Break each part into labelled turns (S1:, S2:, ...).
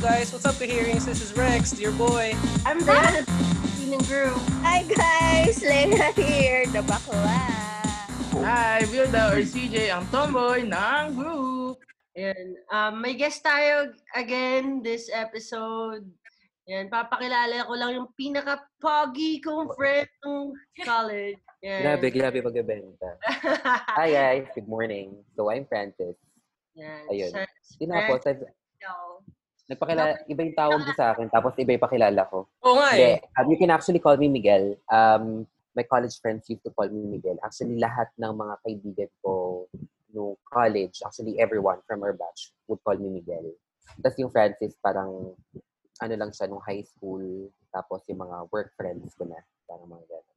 S1: to Hearings. This is Rex, your boy.
S2: I'm Brianna Dean and Drew.
S3: Hi guys! Lena here, the bakla.
S4: Hi, Wilda or CJ, ang tomboy ng group.
S2: Yan. Um, may guest tayo again this episode. Yan, papakilala ko lang yung pinaka-pogi kong friend ng college. Yan.
S5: Grabe, grabe magbebenta. Hi guys, good morning. So I'm Francis.
S2: Yan.
S5: Ayun.
S2: Sa-
S5: Tinapos, I've-
S2: Daw.
S5: nagpakilala, iba yung tawag niya sa akin, tapos iba yung pakilala ko.
S1: Oo nga eh.
S5: Hindi, um, you can actually call me Miguel. Um, my college friends used to call me Miguel. Actually, lahat ng mga kaibigan ko no college, actually everyone from our batch would call me Miguel. Tapos yung Francis, parang ano lang siya nung high school, tapos yung mga work friends ko na, parang mga ganun.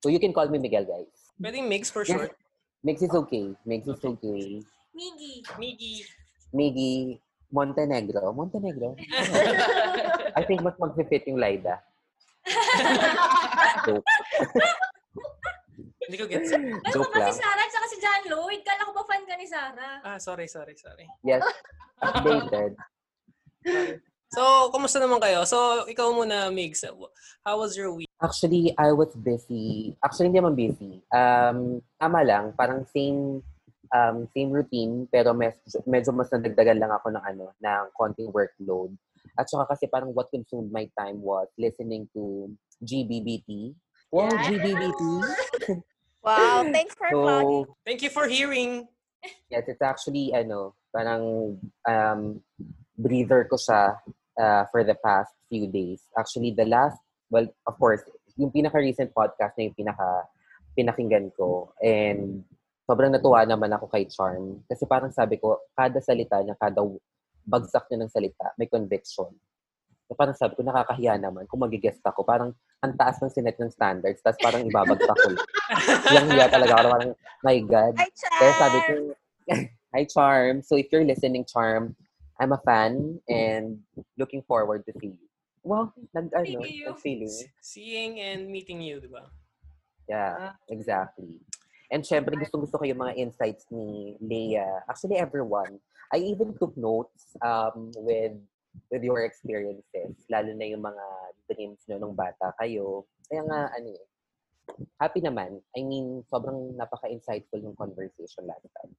S5: So you can call me Miguel, guys.
S1: Pwedeng mix for
S5: Yeah.
S1: short.
S5: Mix is okay. Mix is okay.
S3: Miggy.
S1: Miggy.
S5: Miggy, Montenegro. Montenegro? I think mas mag-fit yung Laida. Joke.
S1: Hindi ko gets.
S6: Ba't
S5: Joke
S6: ko ba
S5: lang.
S6: si Sarah at saka si John Lloyd? Kala ko ba fan ka ni Sarah?
S1: Ah, sorry, sorry, sorry.
S5: Yes. Updated.
S1: So, kumusta naman kayo? So, ikaw muna, Migs. How was your week?
S5: Actually, I was busy. Actually, hindi naman busy. Um, tama lang, parang same um, same routine, pero mes- medyo mas nadagdagan lang ako ng ano, ng konting workload. At saka kasi parang what consumed my time was listening to GBBT. Wow,
S2: Yes.
S5: GBBT.
S3: Wow, thanks for
S5: So,
S3: vlogging.
S1: Thank you for hearing.
S5: Yes, it's actually, ano, parang um, breather ko siya uh, for the past few days. Actually, the last, well, of course, yung pinaka-recent podcast na yung pinaka, pinakinggan ko. And sobrang natuwa naman ako kay Charm. Kasi parang sabi ko, kada salita niya, kada w- bagsak niya ng salita, may conviction. So parang sabi ko, nakakahiya naman kung mag-guest ako. Parang ang taas ng sinet ng standards, tapos parang ibabagsak ko. Yung hiya talaga ako. Parang, my God.
S3: Hi, Char!
S5: Kaya sabi ko, hi Charm. So if you're listening, Charm, I'm a fan and looking forward to see you. Well, nag, ano,
S6: Thank you.
S5: nag feeling.
S1: Seeing and meeting you, di ba?
S5: Yeah, exactly. And syempre, gustong gusto ko yung mga insights ni Leia. Actually, everyone. I even took notes um, with with your experiences, lalo na yung mga dreams nyo nung bata kayo. Kaya nga, ano eh, happy naman. I mean, sobrang napaka-insightful ng conversation last time.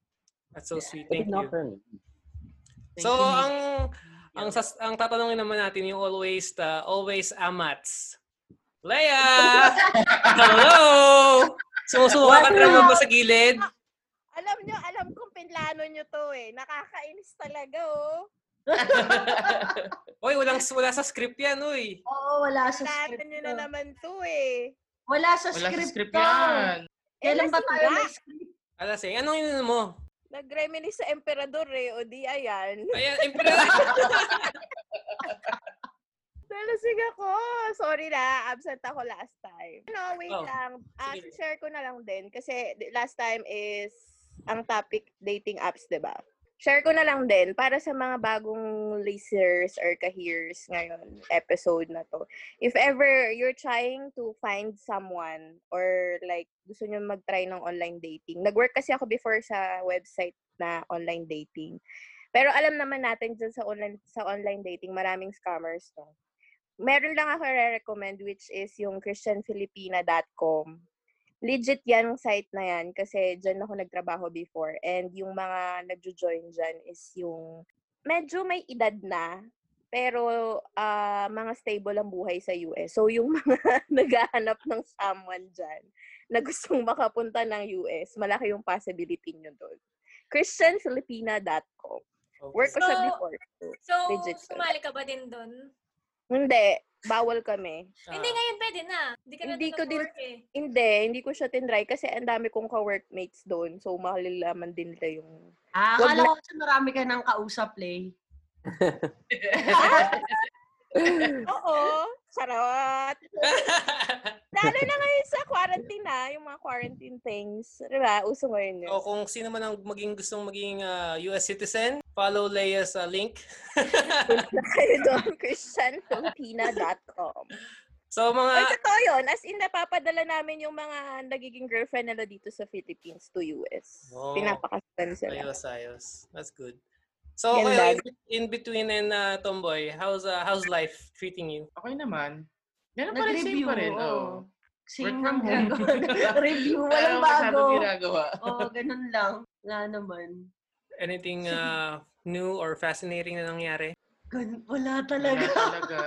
S1: That's so sweet.
S5: But
S1: Thank
S5: not
S1: you.
S5: for me.
S2: Thank
S1: So,
S2: you, Miggy.
S1: ang ang sas, ang tatanungin naman natin yung always the always amats. Leia! Hello! Sumusuka ka na naman ba sa gilid?
S3: Alam nyo, alam kong pinlano nyo to eh. Nakakainis talaga oh.
S1: Oy, walang wala sa script yan, uy.
S2: Oo, wala sa script.
S3: Pinlano nyo na
S2: to.
S3: naman to eh.
S2: Wala sa
S4: Wala sa
S2: script,
S4: script
S2: to. Eh,
S4: yan.
S2: Kailan ba
S3: Kasi
S2: tayo
S3: nga,
S2: may script?
S1: Alasing, anong ininom mo?
S3: Nag-reminis sa emperador eh. O di ayan.
S1: Ayan, emperor.
S3: Nalasing ako. Sorry na. Absent ako last time. No, wait
S1: Oh,
S3: lang. Ah,
S1: sige.
S3: share ko na lang din. Kasi di- last time is ang topic dating apps, di ba? Share ko na lang din para sa mga bagong listeners or kahears ngayon episode na to. If ever you're trying to find someone or like gusto nyo mag-try ng online dating. Nag-work kasi ako before sa website na online dating. Pero alam naman natin dyan sa online sa online dating, maraming scammers to meron lang ako re-recommend which is yung christianfilipina.com. Legit yan yung site na yan kasi dyan ako nagtrabaho before and yung mga nagjo-join dyan is yung medyo may edad na pero ah, mga stable ang buhay sa US. So yung mga naghahanap ng someone dyan na gustong makapunta ng US, malaki yung possibility nyo doon. christianfilipina.com. Work ko siya
S6: So,
S3: before.
S6: So,
S3: Legit sir.
S6: sumali ka ba din doon?
S3: Hindi, bawal kami.
S1: Ah,
S6: Hindi, ngayon pwede na. Hindi ka na
S3: Hindi
S6: hindi
S3: ko
S6: ko
S3: din-
S6: work eh.
S3: Hindi, hindi ko siya tinry kasi ang dami kong ka-workmates doon. So, malalaman din nila yung...
S2: Ah,
S3: Wag
S2: akala ko kasi marami ka ng kausap, Lay.
S3: Oo! Sarot! Lalo na ngayon sa quarantine na, yung mga quarantine things. Diba? Uso ngayon yun.
S1: o kung sino man ang maging gustong maging ah, US citizen, follow Leia sa link.
S3: Punta kayo doon, christianfilipina.com.
S1: So
S3: Or
S1: mga
S3: totoo yun, as in napapadala namin yung mga nagiging girlfriend nila dito sa Philippines to US.
S1: Oh.
S3: Pinapakastan sila.
S1: ayos ayos. That's good. So,
S3: Yan
S1: okay,
S3: lang.
S1: in, in between and uh, tomboy, how's uh, how's life treating you?
S4: Okay naman. Ganun pa rin,
S2: Nag-review,
S4: same pa rin.
S2: oo.
S4: Oh.
S2: Same
S4: Work from
S2: lang
S4: home.
S2: gagawin. Review, walang
S4: Parang masyadong
S2: bago.
S4: ginagawa.
S2: Oo, ganun lang. Wala naman.
S1: Anything uh, new or fascinating na nangyari?
S2: Ganun, wala
S4: Wala
S2: talaga.
S4: talaga.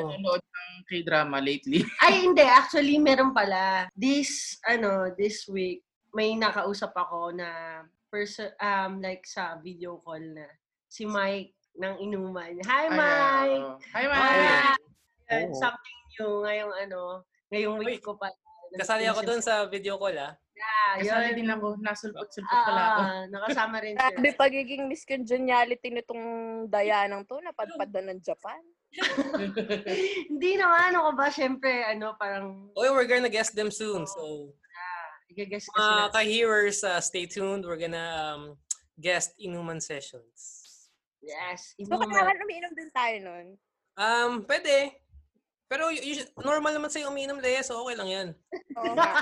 S4: Nanonood ng K-drama lately.
S2: Ay, hindi. Actually, meron pala. This, ano, this week, may nakausap ako na person, um, like sa video call na si Mike ng inuman. Hi,
S4: Ayan,
S2: Mike!
S4: oo. Hi,
S2: Hi!
S4: Mike!
S2: Ayan,
S5: Oo.
S2: Something new ngayong ano, ngayong week
S1: Uy,
S2: ko pala.
S1: Kasali ako dun sa video call, ah.
S2: Ah,
S4: Kasali
S2: yun.
S4: din ako. Nasulpot-sulpot
S2: Ah,
S4: pala ako.
S2: ah, nakasama rin siya.
S3: Grabe pagiging Miss Congeniality nitong Dayanang to, napadpad na ng Japan.
S2: Hindi naman, ano ka ba, syempre, ano, parang,
S1: Oh, we're gonna guess them soon. So,
S2: i-guess ko
S1: mga
S2: sila.
S1: ka-hearers, uh, stay tuned. We're gonna um, guest Inuman Sessions.
S2: Yes,
S3: So,
S2: inuman.
S3: kailangan umiinom din tayo nun.
S1: Um, pwede. Pero y- you should- normal naman sa'yo umiinom, Lea, so okay lang yan.
S3: Oo nga.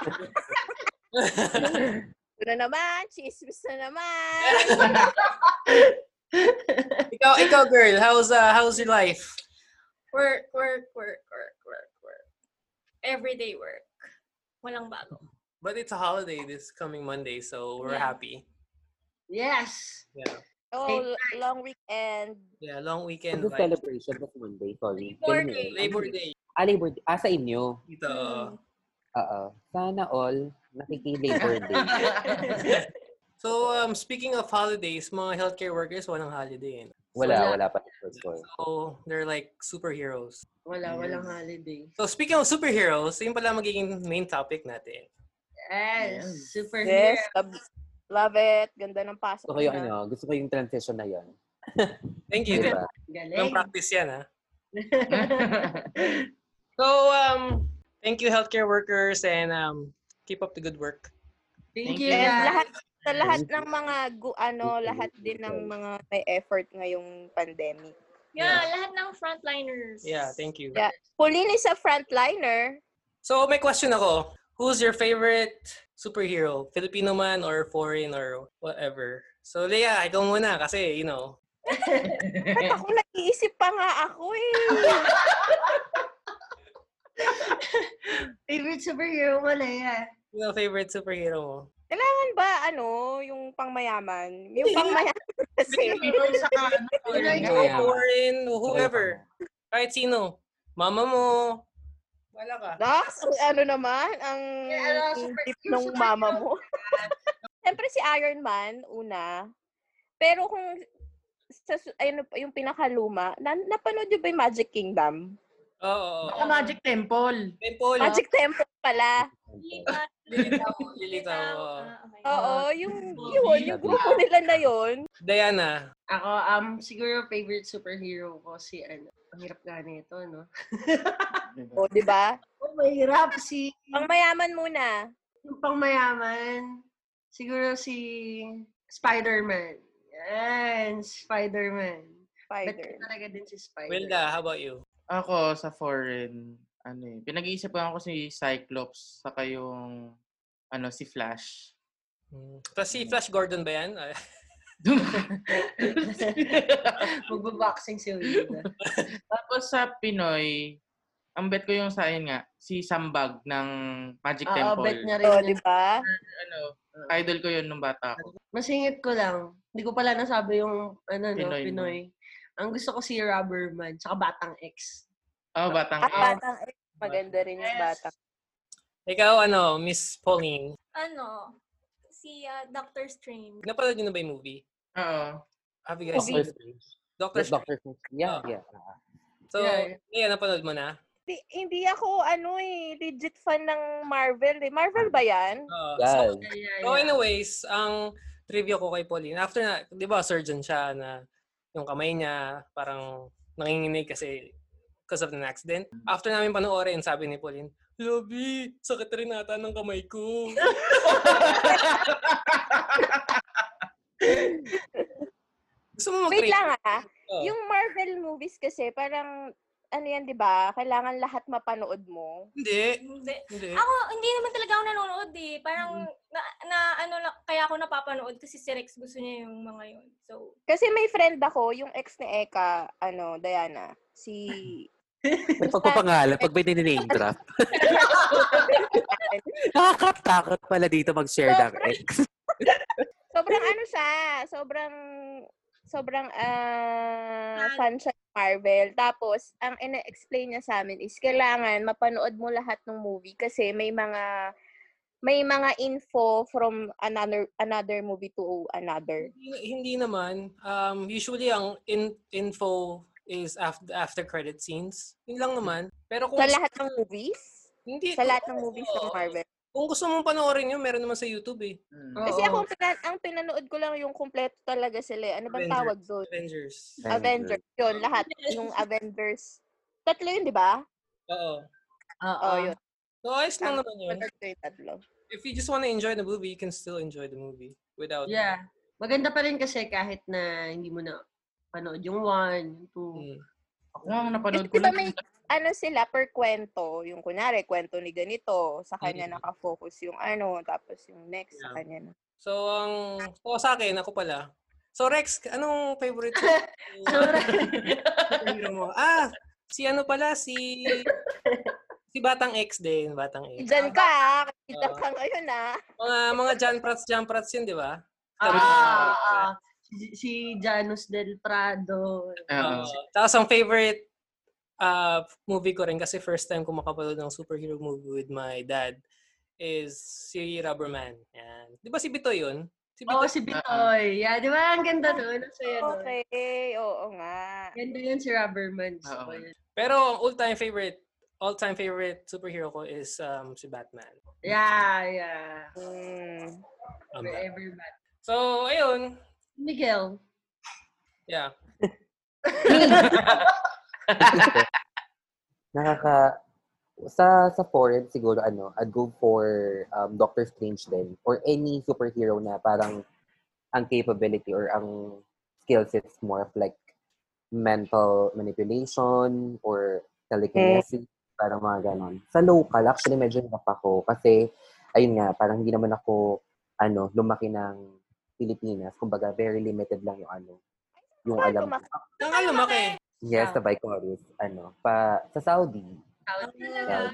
S3: Ito na naman, chismis na naman.
S1: ikaw, ikaw girl, how's uh, how's your life?
S6: Work, work, work, work, work, work. Everyday work. Walang bago.
S1: But it's a holiday this coming Monday, so we're
S6: Yeah.
S1: happy.
S2: Yes.
S1: Yeah.
S3: Oh, l- long weekend.
S1: Yeah, long weekend.
S5: Ano
S1: vibes.
S5: celebration of Monday? Sorry.
S6: Labor
S5: Ganun
S6: Day.
S5: yun.
S1: Labor Day.
S5: Ah, Labor Day. Ah, sa inyo.
S1: Dito.
S5: Oo. Sana all nakiki-Labor Day.
S1: So, um, speaking of holidays, mga healthcare workers, walang holiday. eh.
S5: Wala, wala pa. First call.
S1: So, they're like superheroes.
S2: Wala,
S4: Yes.
S2: walang holiday.
S1: So, speaking of superheroes, yun pala magiging main topic natin.
S2: Yes,
S4: Yes.
S2: super
S3: Yes, love, love it. Ganda ng pasok.
S5: Gusto ko yung
S3: na.
S5: ano, gusto ko yung transition na yun. Diba?
S1: Thank you.
S5: Di ba?
S1: Walang
S2: Galing.
S1: practice yan, ha? So, um, thank you healthcare workers and um, keep up the good work.
S2: Thank
S4: Thank
S2: you.
S4: you.
S3: And
S2: guys.
S3: lahat sa lahat
S5: Thank
S3: ng mga gu, ano,
S5: Thank you.
S3: lahat din ng mga may effort ngayong pandemic.
S6: Yeah, lahat ng frontliners.
S1: Yeah, thank you.
S3: Yeah. Pauline is a frontliner.
S1: So, may question ako. Who's your favorite superhero? Filipino man or foreign or whatever? So, Lea, ikaw muna kasi, you know.
S3: Ba't ako nag-iisip pa nga ako eh.
S2: Favorite superhero mo, Leia.
S1: Sino ang favorite superhero mo?
S3: Kailangan ba ano, yung pangmayaman? Yung pangmayaman kasi.
S4: Meron sa ano,
S2: Wala
S1: Foreign,
S2: yun.
S5: Kaya-
S1: foreign whoever. Kahit sino. Mama mo. Wala ka.
S3: Nox, ano naman, ang
S2: Eh, ano, super-
S3: deep
S2: yung
S3: nung
S2: super
S3: mama
S2: hero.
S3: mo. Siyempre si Iron Man, una. Pero kung sa, su- ayun, na- yung pinakaluma, na, napanood niyo ba yung Magic Kingdom?
S1: Oo. oo,
S4: Baka
S1: oo.
S4: Magic Temple.
S1: Temple.
S3: Magic Temple pala.
S6: Lilitaw.
S1: Lilitaw, lilitaw, oh. oo.
S6: Ah, okay.
S3: Oo, yung, yun, yung grupo nila na yun.
S1: Diana.
S2: Ako, um, siguro favorite superhero ko si, ano, ang hirap nga nito, no?
S3: O, di ba?
S2: Oh, mahirap si,
S3: Pangmayaman muna.
S2: yung pangmayaman, siguro si Spider-Man. Yan, Spider-Man. But
S3: Spider.
S2: talaga din si Spider.
S1: Wilda, how about you?
S4: Ako sa foreign, ano eh, pinag-iisip ko ako si Cyclops, saka yung, ano, si Flash.
S1: Tapos Hmm. si Flash Gordon ba yan? Ah,
S2: Magbaboxing si Wilda.
S4: Tapos sa Pinoy, ang bet ko yung sa akin nga, si Sambag ng Magic
S2: Ah, Oo,
S4: Temple.
S2: bet niya rin.
S3: O,
S2: yun.
S3: Oh, di ba?
S4: Ano,
S3: Mm.
S4: idol ko yun nung bata ako.
S2: Masingit ko lang. Hindi ko pala nasabi yung ano, Pinoy.
S4: Pinoy
S2: No,
S4: mo.
S2: Pinoy. Ang gusto ko si Rubberman, tsaka Batang X.
S4: Oh, batang
S3: At
S4: X.
S3: batang eh, maganda rin yung
S2: Yes.
S3: batang.
S1: Ikaw, ano, Miss Pauline.
S6: Ano, si ah, Doctor Strange.
S1: Napanood niyo na ba yung movie?
S4: Oo.
S1: Have you guys
S5: Doctor
S1: seen
S5: Strange.
S1: Doctor Strange?
S5: Doctor Strange. Yeah, yeah.
S1: So,
S2: Yeah,
S1: yeah, napanood mo na?
S3: Hindi, hindi ako, ano eh, legit fan ng Marvel. Eh. Marvel ba yan?
S1: Oo. so,
S5: Yes.
S2: Yeah, yeah,
S1: so,
S2: yeah.
S1: anyways, ang trivia ko kay Pauline, after na, di ba, surgeon siya na yung kamay niya, parang nanginginig kasi because of an accident. After namin panoorin, sabi ni Pauline, Lobby, sakit rin ata ng kamay ko. Gusto mo mag
S3: Wait lang ah. Yung Marvel movies kasi, parang, ano yan, di ba? Kailangan lahat mapanood mo.
S1: Hindi. Hindi.
S6: Hindi.
S3: Ah.
S1: Mm-hmm.
S6: Ako, hindi naman talaga ako nanonood eh. Parang, na, na ano lang kaya ako napapanood kasi si Rex gusto niya yung mga yun. So,
S3: Kasi may friend ako, yung ex ni Eka, ano, Diana, si...
S7: May pagpapangalan, pag may name drop. Nakakatakot pala dito mag-share ng
S5: eh.
S7: ex.
S3: Sobrang ano siya, sobrang sobrang ah fan siya ng Marvel. Tapos, ang ina-explain niya sa amin is kailangan mapanood mo lahat ng movie kasi may mga may mga info from another another movie to another.
S1: Hindi- Hindi naman. Um, usually, ang in- info is after, after credit scenes. Yun lang naman. Pero kung
S3: Sa lahat ng movies?
S1: hindi,
S3: Sa lahat ng movies ng Marvel.
S1: Kung gusto mong panoorin yun, meron naman sa YouTube eh.
S4: Mm.
S2: Oo.
S3: Kasi ako, ang pinan- ang pinanood ko lang yung kompleto talaga sila. eh. Ano bang
S1: Avengers.
S3: tawag doon?
S1: Avengers.
S3: Avengers. Yun, lahat. Yung Avengers. Tatlo yun, di ba?
S1: Oo.
S2: Oo.
S3: Oo, Oh, yun.
S1: So, ayos lang
S3: Tama.
S1: naman yun.
S3: Tatlo yung tatlo.
S1: If you just wanna enjoy the movie, you can still enjoy the movie without...
S2: Yeah. Maganda pa rin kasi kahit na hindi mo na panood yung one, yung two.
S4: Hmm.
S1: Mm.
S4: Ako nga, ang napanood
S3: Kasi
S4: ko
S3: diba
S4: lang.
S3: may ano sila per kwento, yung kunwari kwento ni ganito, sa kanya nakafocus yung ano, tapos yung
S1: Mm.
S3: next sa
S1: Yeah.
S3: kanya na.
S1: So, ang... So, sa akin, ako pala. So, Rex, anong favorite mo?
S2: So,
S1: Superhero mo? Ah, si ano pala, si... Si Batang X din, Batang X.
S3: Diyan ka, ah. diyan
S1: Oo.
S3: ka ngayon ah.
S1: Mga, mga Jan Prats, Jan Prats yun, di ba?
S2: ah,
S1: Kami-
S2: ah, si, si Janus Del Prado.
S4: Oo.
S1: Oo. Tapos ang favorite uh, movie ko rin kasi first time ko makapanood ng superhero movie with my dad is si Rubberman. Yan. Di ba si Bito yun? Si
S2: Oo,
S1: Bito.
S2: Oh, si Bitoy. Yeah, di ba? Ang ganda nun. Ang saya nun.
S3: Okay, oo nga.
S2: Ganda yun si Rubberman. So,
S4: Oo.
S2: yun.
S1: Pero ang all-time favorite, all-time favorite superhero ko is um, si Batman.
S2: Yeah, yeah.
S3: Hmm.
S1: Um,
S2: For everyone.
S1: so, ayun.
S2: Miguel.
S1: Yeah.
S5: Nakaka... Sa, sa foreign, siguro, ano, I'd go for um, Doctor Strange din. Or any superhero na parang ang capability or ang skill set is more of like mental manipulation or telekinesis. Parang mga ganon. Sa local, actually, medyo hirap ako. Kasi, ayun nga, parang hindi naman ako, ano, lumaki ng Pilipinas. Kumbaga, very limited lang yung ano. Yung
S3: Ay,
S5: alam ko.
S3: lumaki.
S1: Ang alam ako eh.
S5: Yes, sabay ko rin. Ano, pa, sa Saudi,
S6: talaga.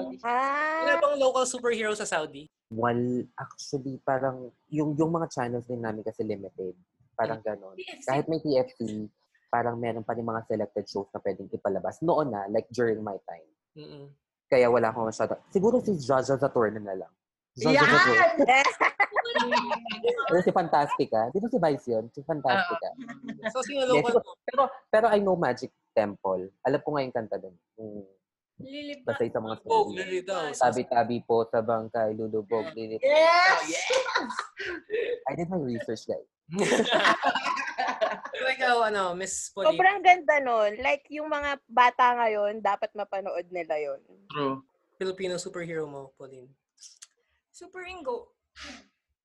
S6: oo.
S1: Wala
S3: Ah,
S1: bang local superhero sa Saudi?
S5: wal, actually, parang, yung, yung mga channels din namin kasi limited. Parang ganon.
S6: PFC.
S5: Kahit may TFT, parang meron pa rin mga selected shows na pwedeng ipalabas. Noon na, like during my time.
S1: Mm-mm.
S5: Kaya wala akong masyado. Siguro si Jaja Zaturna na lang. Jaja
S2: Yan!
S5: Zaturna.
S6: Wala
S5: Ano si Fantastica? Di ba si Vice yun? Si Fantastica.
S1: So, sino local
S5: Yes,
S1: mo?
S5: Pero, pero I know Magic Temple. Alam ko nga yung kanta dun. Mm.
S6: Lilipa.
S5: Basta isa mga
S1: Oh,
S5: song.
S1: lilitaw.
S5: Tabi-tabi po, tabang kay, lulubog, lilit.
S2: Yes!
S5: I did my research, guys.
S1: So, ikaw, ano, Miss Pauline?
S3: sobrang ganda nun. Like, yung mga bata ngayon, dapat mapanood nila yun.
S4: True.
S1: Filipino superhero mo, Pauline?
S6: Super Ingo.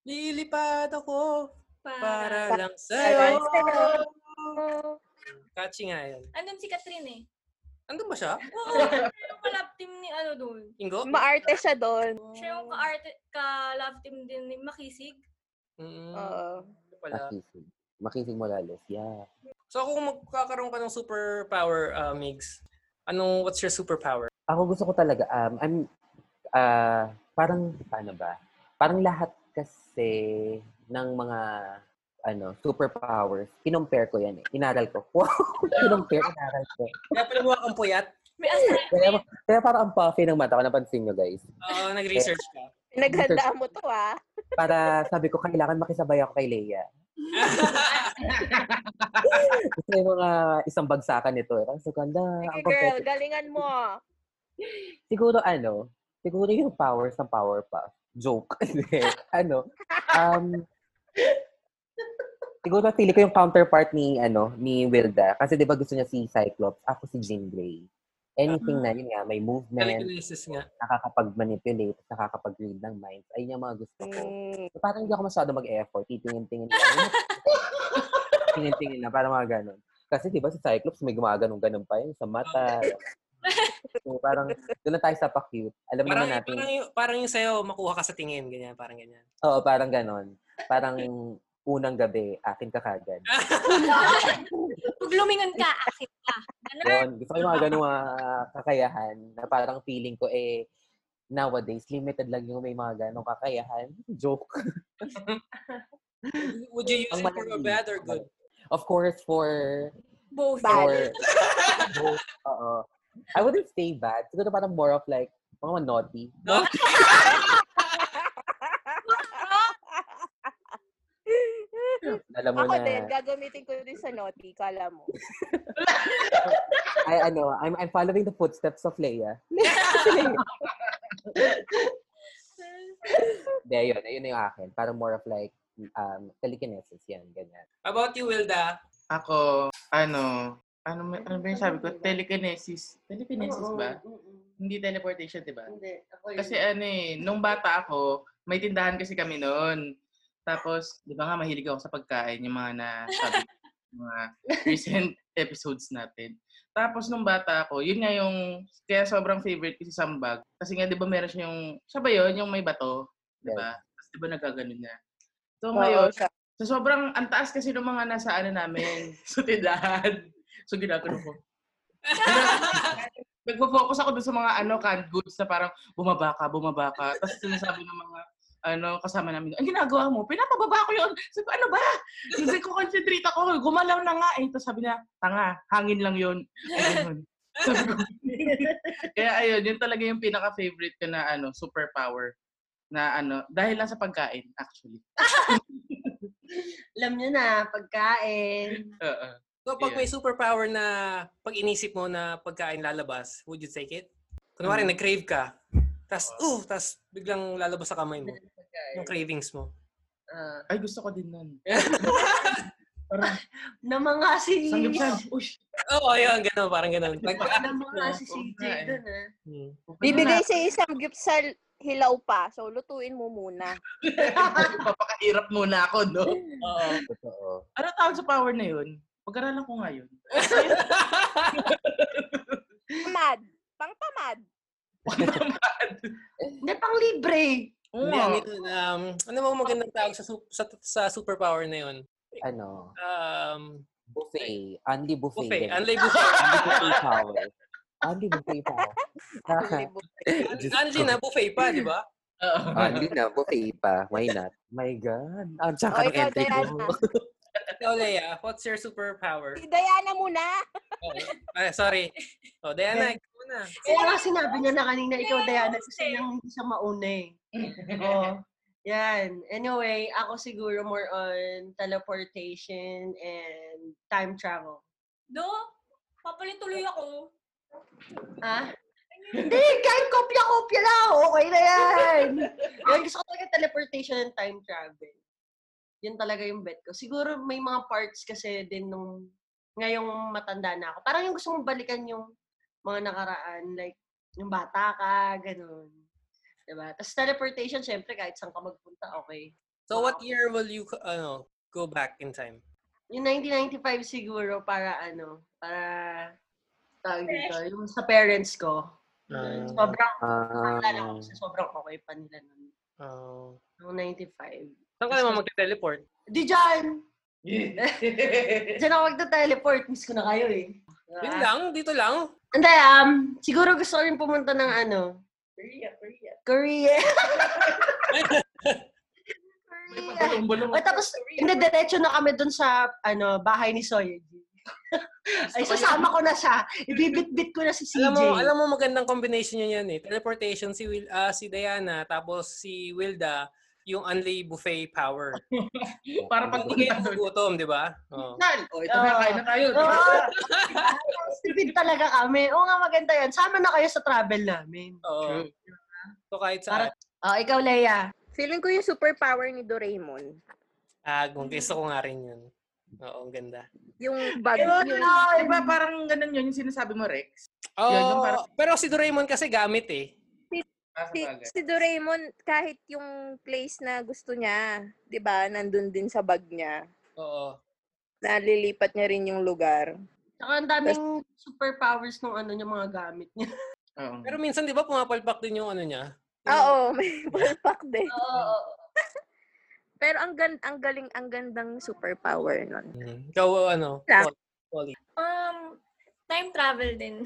S1: Lilipad ako para
S6: Para.
S1: lang
S3: Para
S1: sa'yo.
S3: sa'yo.
S1: Catchy nga yan.
S6: Andun si Catherine eh.
S1: Andun ba siya?
S6: Oo, siya yung ka-love team ni ano doon.
S1: Ingo?
S3: Maarte siya doon.
S6: Siya yung ka-arte, ka-love team din ni Makisig.
S1: Mm,
S3: Oo.
S1: hindi pala.
S5: Makisig. Makisig Morales, yeah.
S1: So kung magkakaroon ka ng superpower, uh, Migs, anong, what's your superpower?
S5: Ako gusto ko talaga, um, I'm, ah, parang, paano ba? Parang lahat kasi ng mga, ano, superpowers, kinompare ko yan eh. Inaral ko. Wow! kinompare, inaral ko.
S1: Kaya pala mukha kang puyat.
S6: May assignment.
S5: Kaya, kaya parang ang puffy ng mata ko, napansin nyo guys.
S1: Oo, Ah, nag-research ka.
S3: Pinaghanda mo to ah.
S5: Para sabi ko, kailangan makisabay ako kay Leia. Kasi yung mga isang bagsakan nito eh. Parang so ganda.
S3: Sige
S5: Ang
S3: girl,
S5: competitive.
S3: galingan mo.
S5: Siguro ano, siguro yung powers ng Powerpuff. Joke. Hindi. ano, um, siguro pili ko yung counterpart ni, ano, ni Wilda. Kasi di ba gusto niya si Cyclops? Ako si Jean Grey. Anything na, yun nga, may movement,
S1: Telekinesis nga.
S5: nakakapag-manipulate, nakakapag-read ng minds. Ayun yung mga gusto ko.
S3: Mm.
S5: So, parang hindi ako masyado mag-effort. Titingin-tingin na. Titingin-tingin na, parang mga ganun. Kasi di ba si Cyclops may gumaganong-ganon pa yun sa mata. So, parang doon na tayo sa pa-cute. Alam
S1: Parang,
S5: naman natin.
S1: parang, yung, parang yung sa'yo, makuha ka sa tingin, ganyan, parang ganyan.
S5: Oo, parang ganon. Parang unang gabi, akin ka kagad.
S6: Pag lumingon ka, akit ka. Ganun.
S5: Yun, gusto ko yung mga ganung ah, kakayahan na parang feeling ko eh, nowadays, limited lang yung may mga ganong kakayahan. Joke.
S1: Would you use
S5: Ang
S1: it for
S5: malaki.
S1: bad or good?
S5: Of course, for
S6: Both.
S5: for both, oo. I wouldn't say bad. Siguro parang more of like, mga naughty.
S1: No?
S5: Alam mo
S3: Ako
S5: na,
S3: din, gagamitin ko din sa naughty, kala mo.
S5: I, ano, I'm, I'm following the footsteps of Leia. Hindi, yun. Yun na yung akin. Parang more of like, um, telekinesis yan, ganyan.
S1: About you, Wilda?
S4: Ako, ano, ano, ma- ano ba yung sabi ko? Telekinesis. Telekinesis
S2: Oo,
S4: ba?
S2: mm-mm.
S4: Hindi teleportation, di ba?
S2: Hindi. Ako yun.
S4: Kasi ano eh, nung bata ako, may tindahan kasi kami noon. Tapos, di ba nga, mahilig ako sa pagkain, yung mga na sabi, mga recent episodes natin. Tapos nung bata ako, yun nga yung, kaya sobrang favorite ko si Sambag. Kasi nga, di ba meron siya yung, siya ba yun? Yung may bato, di ba? Tapos di ba nagkaganon niya? So ngayon,
S3: Oo, siya.
S4: so sobrang, ang taas kasi ng mga nasa ano namin, sa tindahan. So ginagano ko. Nagpo-focus ako dun sa mga ano, canned goods na parang bumaba ka, bumaba ka. Tapos sinasabi ng mga ano, kasama namin, ang ginagawa mo, pinapababa ko yun. Sabi ko, ano ba? Hindi ko concentrate ako. Gumalaw na nga. Eh, tapos sabi niya, tanga, hangin lang yun. Ay, ganun. Sabi ko, kaya ayun, yun talaga yung pinaka-favorite ko na ano, superpower. Na ano, dahil lang sa pagkain, actually.
S2: Alam nyo na, pagkain.
S4: Oo.
S1: So, pag
S4: Yeah.
S1: may superpower na pag inisip mo na pagkain lalabas, would you take it? Kunwari, nag-crave ka. Tapos, uh, tapos biglang lalabas sa kamay mo. Yung cravings mo.
S2: Ah.
S4: Ay, gusto ko din nun.
S2: na mga si...
S4: Sanggap siya. Ush.
S1: Oo, oh, yun, gano'n, parang gano'n. Pag,
S2: na mga si
S4: Oo
S2: CJ
S4: nga eh.
S2: dun ah.
S1: Hmm.
S3: Bibigay sa isang gift sa hilaw pa. So, lutuin mo muna.
S4: Papakahirap muna ako, no?
S1: Oo.
S5: Totoo.
S4: Ano tawag sa power na yun? Pag-aralan ko ngayon.
S3: Tamad. Pang tamad.
S2: Hindi, pang libre.
S1: Hindi, ano yun, um, ano mo magandang tawag sa, sup- sa, sa superpower na yun?
S5: Ano,
S1: Um,
S5: buffet. Only buffet.
S1: buffet.
S5: ganyan.
S1: Unlay buffet.
S5: Only buffet power. Only buffet power. Ah, Diyos
S1: Unlay
S5: ko.
S1: na buffet pa, di ba?
S4: Oo.
S5: Only na, buffet pa. Why not? My God. Ang tsaka
S3: O,
S5: ng
S3: Oh, ikaw,
S5: entry ko.
S3: Diana.
S1: Ikaw, Lea, what's your superpower?
S3: Si Diana muna.
S1: Oh, ah, sorry. Oh, Diana, ikaw na.
S2: Kaya nga sinabi niya na kanina, ikaw,
S6: Kaya
S2: Diana,
S6: gusto
S2: kasi
S6: eh.
S2: nang hindi siya mauna eh. Oo. Yan. Anyway, ako siguro more on teleportation and time travel.
S6: Do, papalit tuloy ako.
S2: Ha? Hindi! Kahit kopya-kopya lang! Okay na yan! Yan, gusto ko talaga teleportation and time travel. Yun talaga yung bet ko. Siguro may mga parts kasi din nung ngayong matanda na ako. Parang yung gusto mong balikan yung mga nakaraan. Like, yung bata ka, ganun. Diba? Tapos teleportation, syempre, kahit saan ka magpunta, okay.
S1: So, what year will you, ano, go back in time?
S2: Yung 1995 siguro para ano, para tawag dito, yung sa parents ko. Mm.
S1: Ah.
S2: sobrang,
S5: Ah,
S2: wala lang ako kasi sobrang okay pa nila nun.
S1: Oh.
S2: Noong 95.
S1: Saan ka naman magte-teleport?
S2: Di dyan! Diyan ako magta-teleport. Miss ko na kayo eh.
S1: Yun
S2: Ah.
S1: lang, dito lang.
S2: Hindi, um, siguro gusto ko rin pumunta ng ano. Korea, Korea. Korea.
S4: Bulong-bulong.
S2: O tapos, hindi, diretso na kami dun sa ano bahay ni Soy. Ay, sasama ko na siya. Ibibitbit ko na si
S1: Alam
S2: CJ.
S1: mo, alam mo magandang combination yun yan eh. Teleportation si Will, ah, si Diana, tapos si Wilda, yung Unlay Buffet Power.
S4: Para pagpunta
S1: Hindi
S4: doon.
S1: gutom, di ba? Oh.
S4: O, ito na, kain na tayo.
S2: Oo. Tipid Oh. talaga kami. Oo nga, maganda yan. Sama na kayo sa travel namin.
S1: Oo. So kahit saan.
S2: Para- Oh, ikaw, Leia.
S3: Feeling ko yung superpower ni Doraemon.
S1: Ah, kung gusto ko nga rin yun. Oo, ang ganda.
S3: Yung bag.
S4: Yun,
S3: Yung,
S4: Di ba parang ganun yun yung sinasabi mo, Rex?
S1: Oh,
S4: Yun, yung parang-
S1: pero si Doraemon kasi gamit eh.
S4: Ah, sa
S3: si,
S4: bagay.
S3: si Doraemon, kahit yung place na gusto niya, di ba, nandun din sa bag niya.
S1: Oo.
S3: Nalilipat niya rin yung lugar.
S2: Tsaka ang daming superpowers nung ano niya mga gamit niya.
S4: Oo.
S1: Pero minsan, di ba, pumapalpak din yung ano niya? Yung-
S3: Oo, may ballpark din.
S6: Oo, oo, oo.
S3: Pero ang gan ang galing ang gandang superpower nun.
S1: Mm. Ikaw, ano?
S3: Wala.
S1: Paul- Pauline.
S6: Um, time travel din.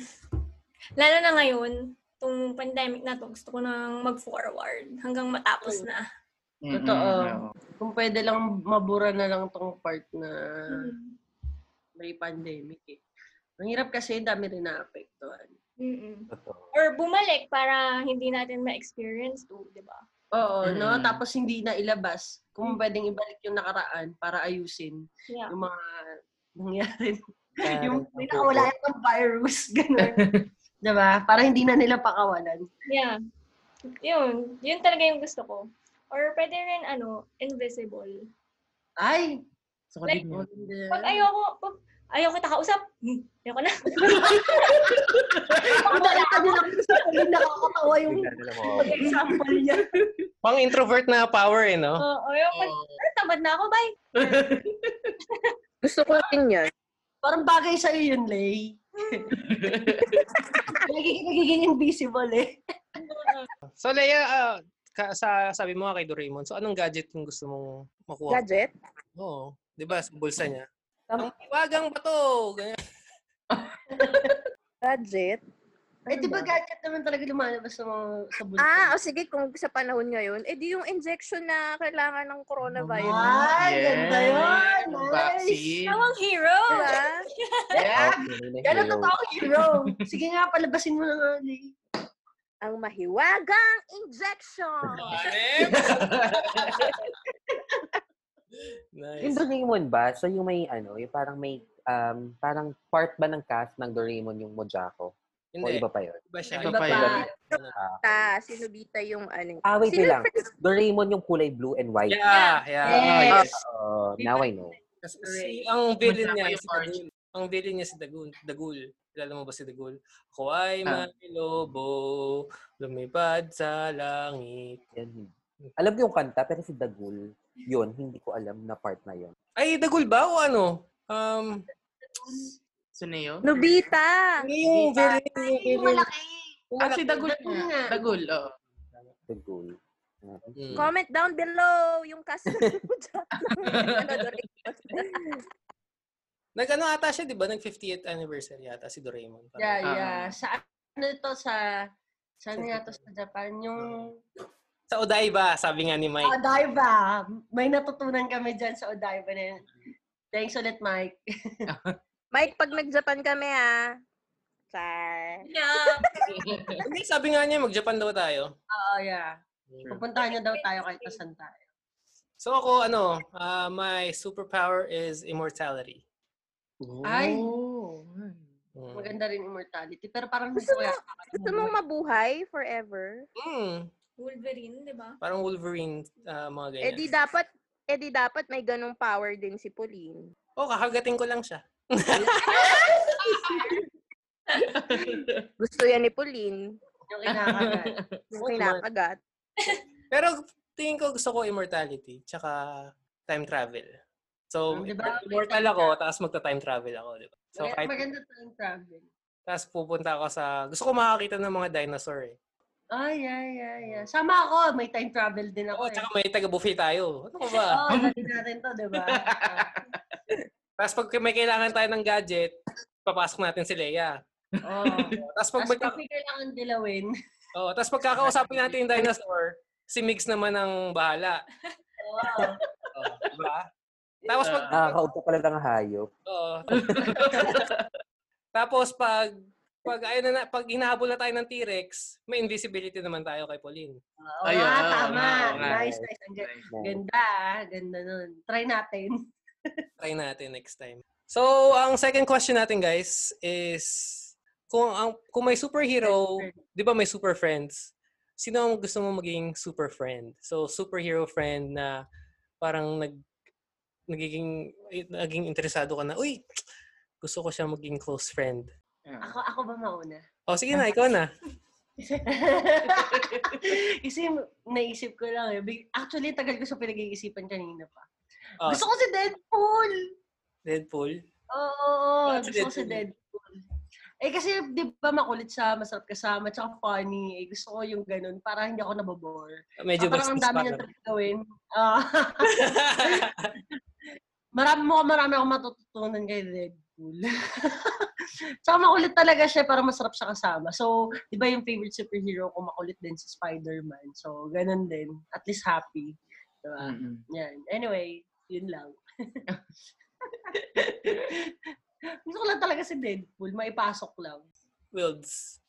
S6: Lalo na ngayon, itong pandemic na to, gusto ko nang mag-forward hanggang matapos na.
S4: Mm-mm,
S2: Totoo.
S4: oo.
S2: Kung pwede lang mabura na lang tong part na
S6: Mm.
S2: may pandemic eh. Ang hirap kasi ang dami rin naapektuhan.
S6: Mm-mm.
S5: Totoo.
S6: Or bumalik para hindi natin ma-experience to, di ba?
S2: Oo, no?
S4: Mm.
S2: Tapos hindi na ilabas. Kung pwedeng ibalik yung nakaraan para ayusin
S6: Yeah.
S2: yung mga nangyari.
S1: Karen,
S2: yung
S1: ang
S2: pinakawala
S1: pupo.
S2: ng virus, gano'n. diba? Para hindi na nila pakawalan.
S6: Yeah. Yun. Yun talaga yung gusto ko. Or pwede rin, ano, invisible.
S2: Ay!
S4: Gusto ko
S6: Like,
S4: din yun.
S2: hindi.
S6: Pag ayoko, pag ayoko kita kausap, hmm, ayoko na.
S2: Ang nakita nila sa tuloy nakakatawa yung
S5: Bigla na lang ako.
S2: example niya.
S1: Pang introvert na power eh, no?
S6: Oo, ayoko na. Ay, tamad na ako, bye.
S3: Gusto ko din yan.
S2: Parang bagay sa'yo yun, Lay. nagiging, nagiging invisible eh.
S1: So, Leia, ah, ka, sa, sabi mo nga kay Doraemon, so anong gadget yung gusto mong makuha?
S3: Gadget?
S1: Oo. Di ba, sa bulsa niya?
S5: Tama.
S1: Ang iwagang bato! Ganyan.
S3: Gadget?
S2: Eh, di ba gadget naman talaga lumalabas sa, mga, sa
S5: Mm.
S2: bulsa?
S3: Ah, o sige, kung sa panahon ngayon, eh di yung injection na kailangan ng coronavirus.
S2: Ay, ganda yun!
S4: Yes, yung
S2: Nice!
S4: Vaccine.
S6: Tawang hero!
S3: Diba?
S4: Yeah.
S2: Yan ang totoo, hero. Sige nga, palabasin mo na nga, Lay.
S3: Ang mahiwagang injection!
S1: nice.
S5: Yung Doraemon ba? So yung may ano, yung parang may um, parang part ba ng cast ng Doraemon yung Mojako? O
S1: Hindi.
S5: Oh, iba pa yun?
S1: Iba siya.
S4: Iba
S1: Iba
S4: pa
S1: pa.
S4: yun.
S1: Ano.
S3: Ta, sinubita yung ano.
S5: Ah, wait, wait
S3: Sino
S5: lang. Doraemon yung kulay blue and white.
S1: Yeah, yeah.
S4: Ah, yes.
S5: Oo, now I know.
S1: Kasi
S2: Correct.
S1: si, ang villain
S4: Masama
S1: niya
S4: yung
S1: si Dagul. Ang villain niya si Dagul. Dagul. Kilala mo ba si Dagul? Ako ay
S4: Ah.
S1: may lobo, lumipad sa langit.
S5: Yan, hindi. Alam ko yung kanta, pero si Dagul, yun, hindi ko alam na part na yun.
S1: Ay, Dagul ba o ano? Um,
S4: Suneo?
S3: Nobita!
S1: hindi yung villain, yung
S2: Yung
S1: villain.
S2: malaki.
S4: Ah, si Dagul.
S2: Dagul
S4: nga.
S2: nga.
S4: Dagul, oo.
S5: Dagul. Ah, okay.
S1: Mm.
S3: Comment down below yung cast ng ano, Doraemon.
S1: Nag ano ata siya, di ba? Nag 58th anniversary yata si Doraemon. Parang-
S2: Yeah,
S4: Ah.
S2: yeah. Sa ano to sa saan nga to sa Japan yung
S1: Sa Odaiba, sabi nga ni Mike.
S2: Odaiba. May natutunan kami diyan sa Odaiba na yun. Thanks ulit, Mike.
S3: Mike, pag nag-Japan kami ha. Char.
S6: Yeah.
S1: Hindi, sabi nga niya, mag-Japan daw tayo.
S2: Oo, yeah. Pupuntahan niyo daw tayo kahit nasan tayo.
S1: So ako, ano, ah, my superpower is immortality.
S2: Ay.
S4: Oh.
S1: Mm.
S2: Maganda rin immortality. Pero parang gusto ko yata.
S3: Gusto mong mabuhay forever?
S1: Mm.
S6: Wolverine, di ba?
S1: Parang Wolverine, ah, mga ganyan.
S3: Eh di dapat, eh di dapat may ganong power din si Pauline.
S1: Oh, kakagating ko lang siya.
S3: Gusto yan ni Pauline.
S2: Yung kinakagat.
S3: Yung kinakagat.
S1: Pero tingin ko gusto ko immortality, tsaka time travel. So,
S2: Ah, Di ba?
S1: immortal ako, tapos magta-time travel ako, di ba? So,
S2: Maganda,
S1: kahit,
S2: maganda to yung travel.
S1: tapos pupunta ako sa, gusto ko makakita ng mga dinosaur eh.
S2: Ay, ay, ay, ay. Sama ako. May time travel din
S1: Oo, Oh,
S2: ako. eh. oh,
S1: tsaka may taga-buffet tayo. Ano ko ba?
S2: Oo, dali natin to, di ba?
S1: Tapos pag may kailangan tayo ng gadget, papasok natin si Leia.
S2: Oo.
S1: Tapos pag,
S2: Tapos
S1: magka,
S2: pag may kailangan dilawin,
S1: oh, tapos pagkakausapin natin yung dinosaur, si Mix naman ang bahala.
S2: oo.
S1: Oh, di ba? Tapos pag
S5: Nakakaupo pala ng hayop.
S1: Oo. Tapos pag pag ayun na, na- pag hinahabol na tayo ng T-Rex, may invisibility naman tayo kay Pauline.
S2: Oo
S4: Ayun,
S2: nga,
S4: oo,
S2: tama.
S4: oo nga.
S2: nice, nice. Ang ga- ganda, ah. ganda nun. Try natin.
S1: Try natin next time. So, ang second question natin guys is kung ang kung may superhero, 'di ba may super friends? Sino ang gusto mo maging super friend? So, superhero friend na parang nag nagiging eh, naging interesado ka na, uy, gusto ko siya maging close friend.
S4: ah.
S2: Ako, ako ba mauna?
S1: O sige na, ikaw na.
S2: Kasi naisip ko lang eh. Big- Actually, tagal ko sa pinag-iisipan kanina pa.
S1: O,
S2: Gusto ko si Deadpool!
S1: Deadpool.
S2: Oo, oo, oo.
S1: Bakit
S2: Gusto ko si Deadpool. Eh kasi, di ba makulit siya, masarap kasama, tsaka funny. Eh, gusto ko yung ganun para hindi ako nabobore.
S1: Medyo
S2: Ah, parang ang
S1: bastos
S2: dami
S1: pa.
S2: niyang
S1: no?
S2: trip gawin. Ah, marami mo marami akong matututunan kay Deadpool. Tsaka makulit talaga siya, parang masarap siya kasama. So, di ba yung favorite superhero ko makulit din si Spider-Man. So, ganun din. At least happy. Di ba?
S4: Mm-mm.
S2: Yan. Anyway, yun lang. Gusto ko lang talaga si Deadpool. Maipasok lang.
S1: Wilds.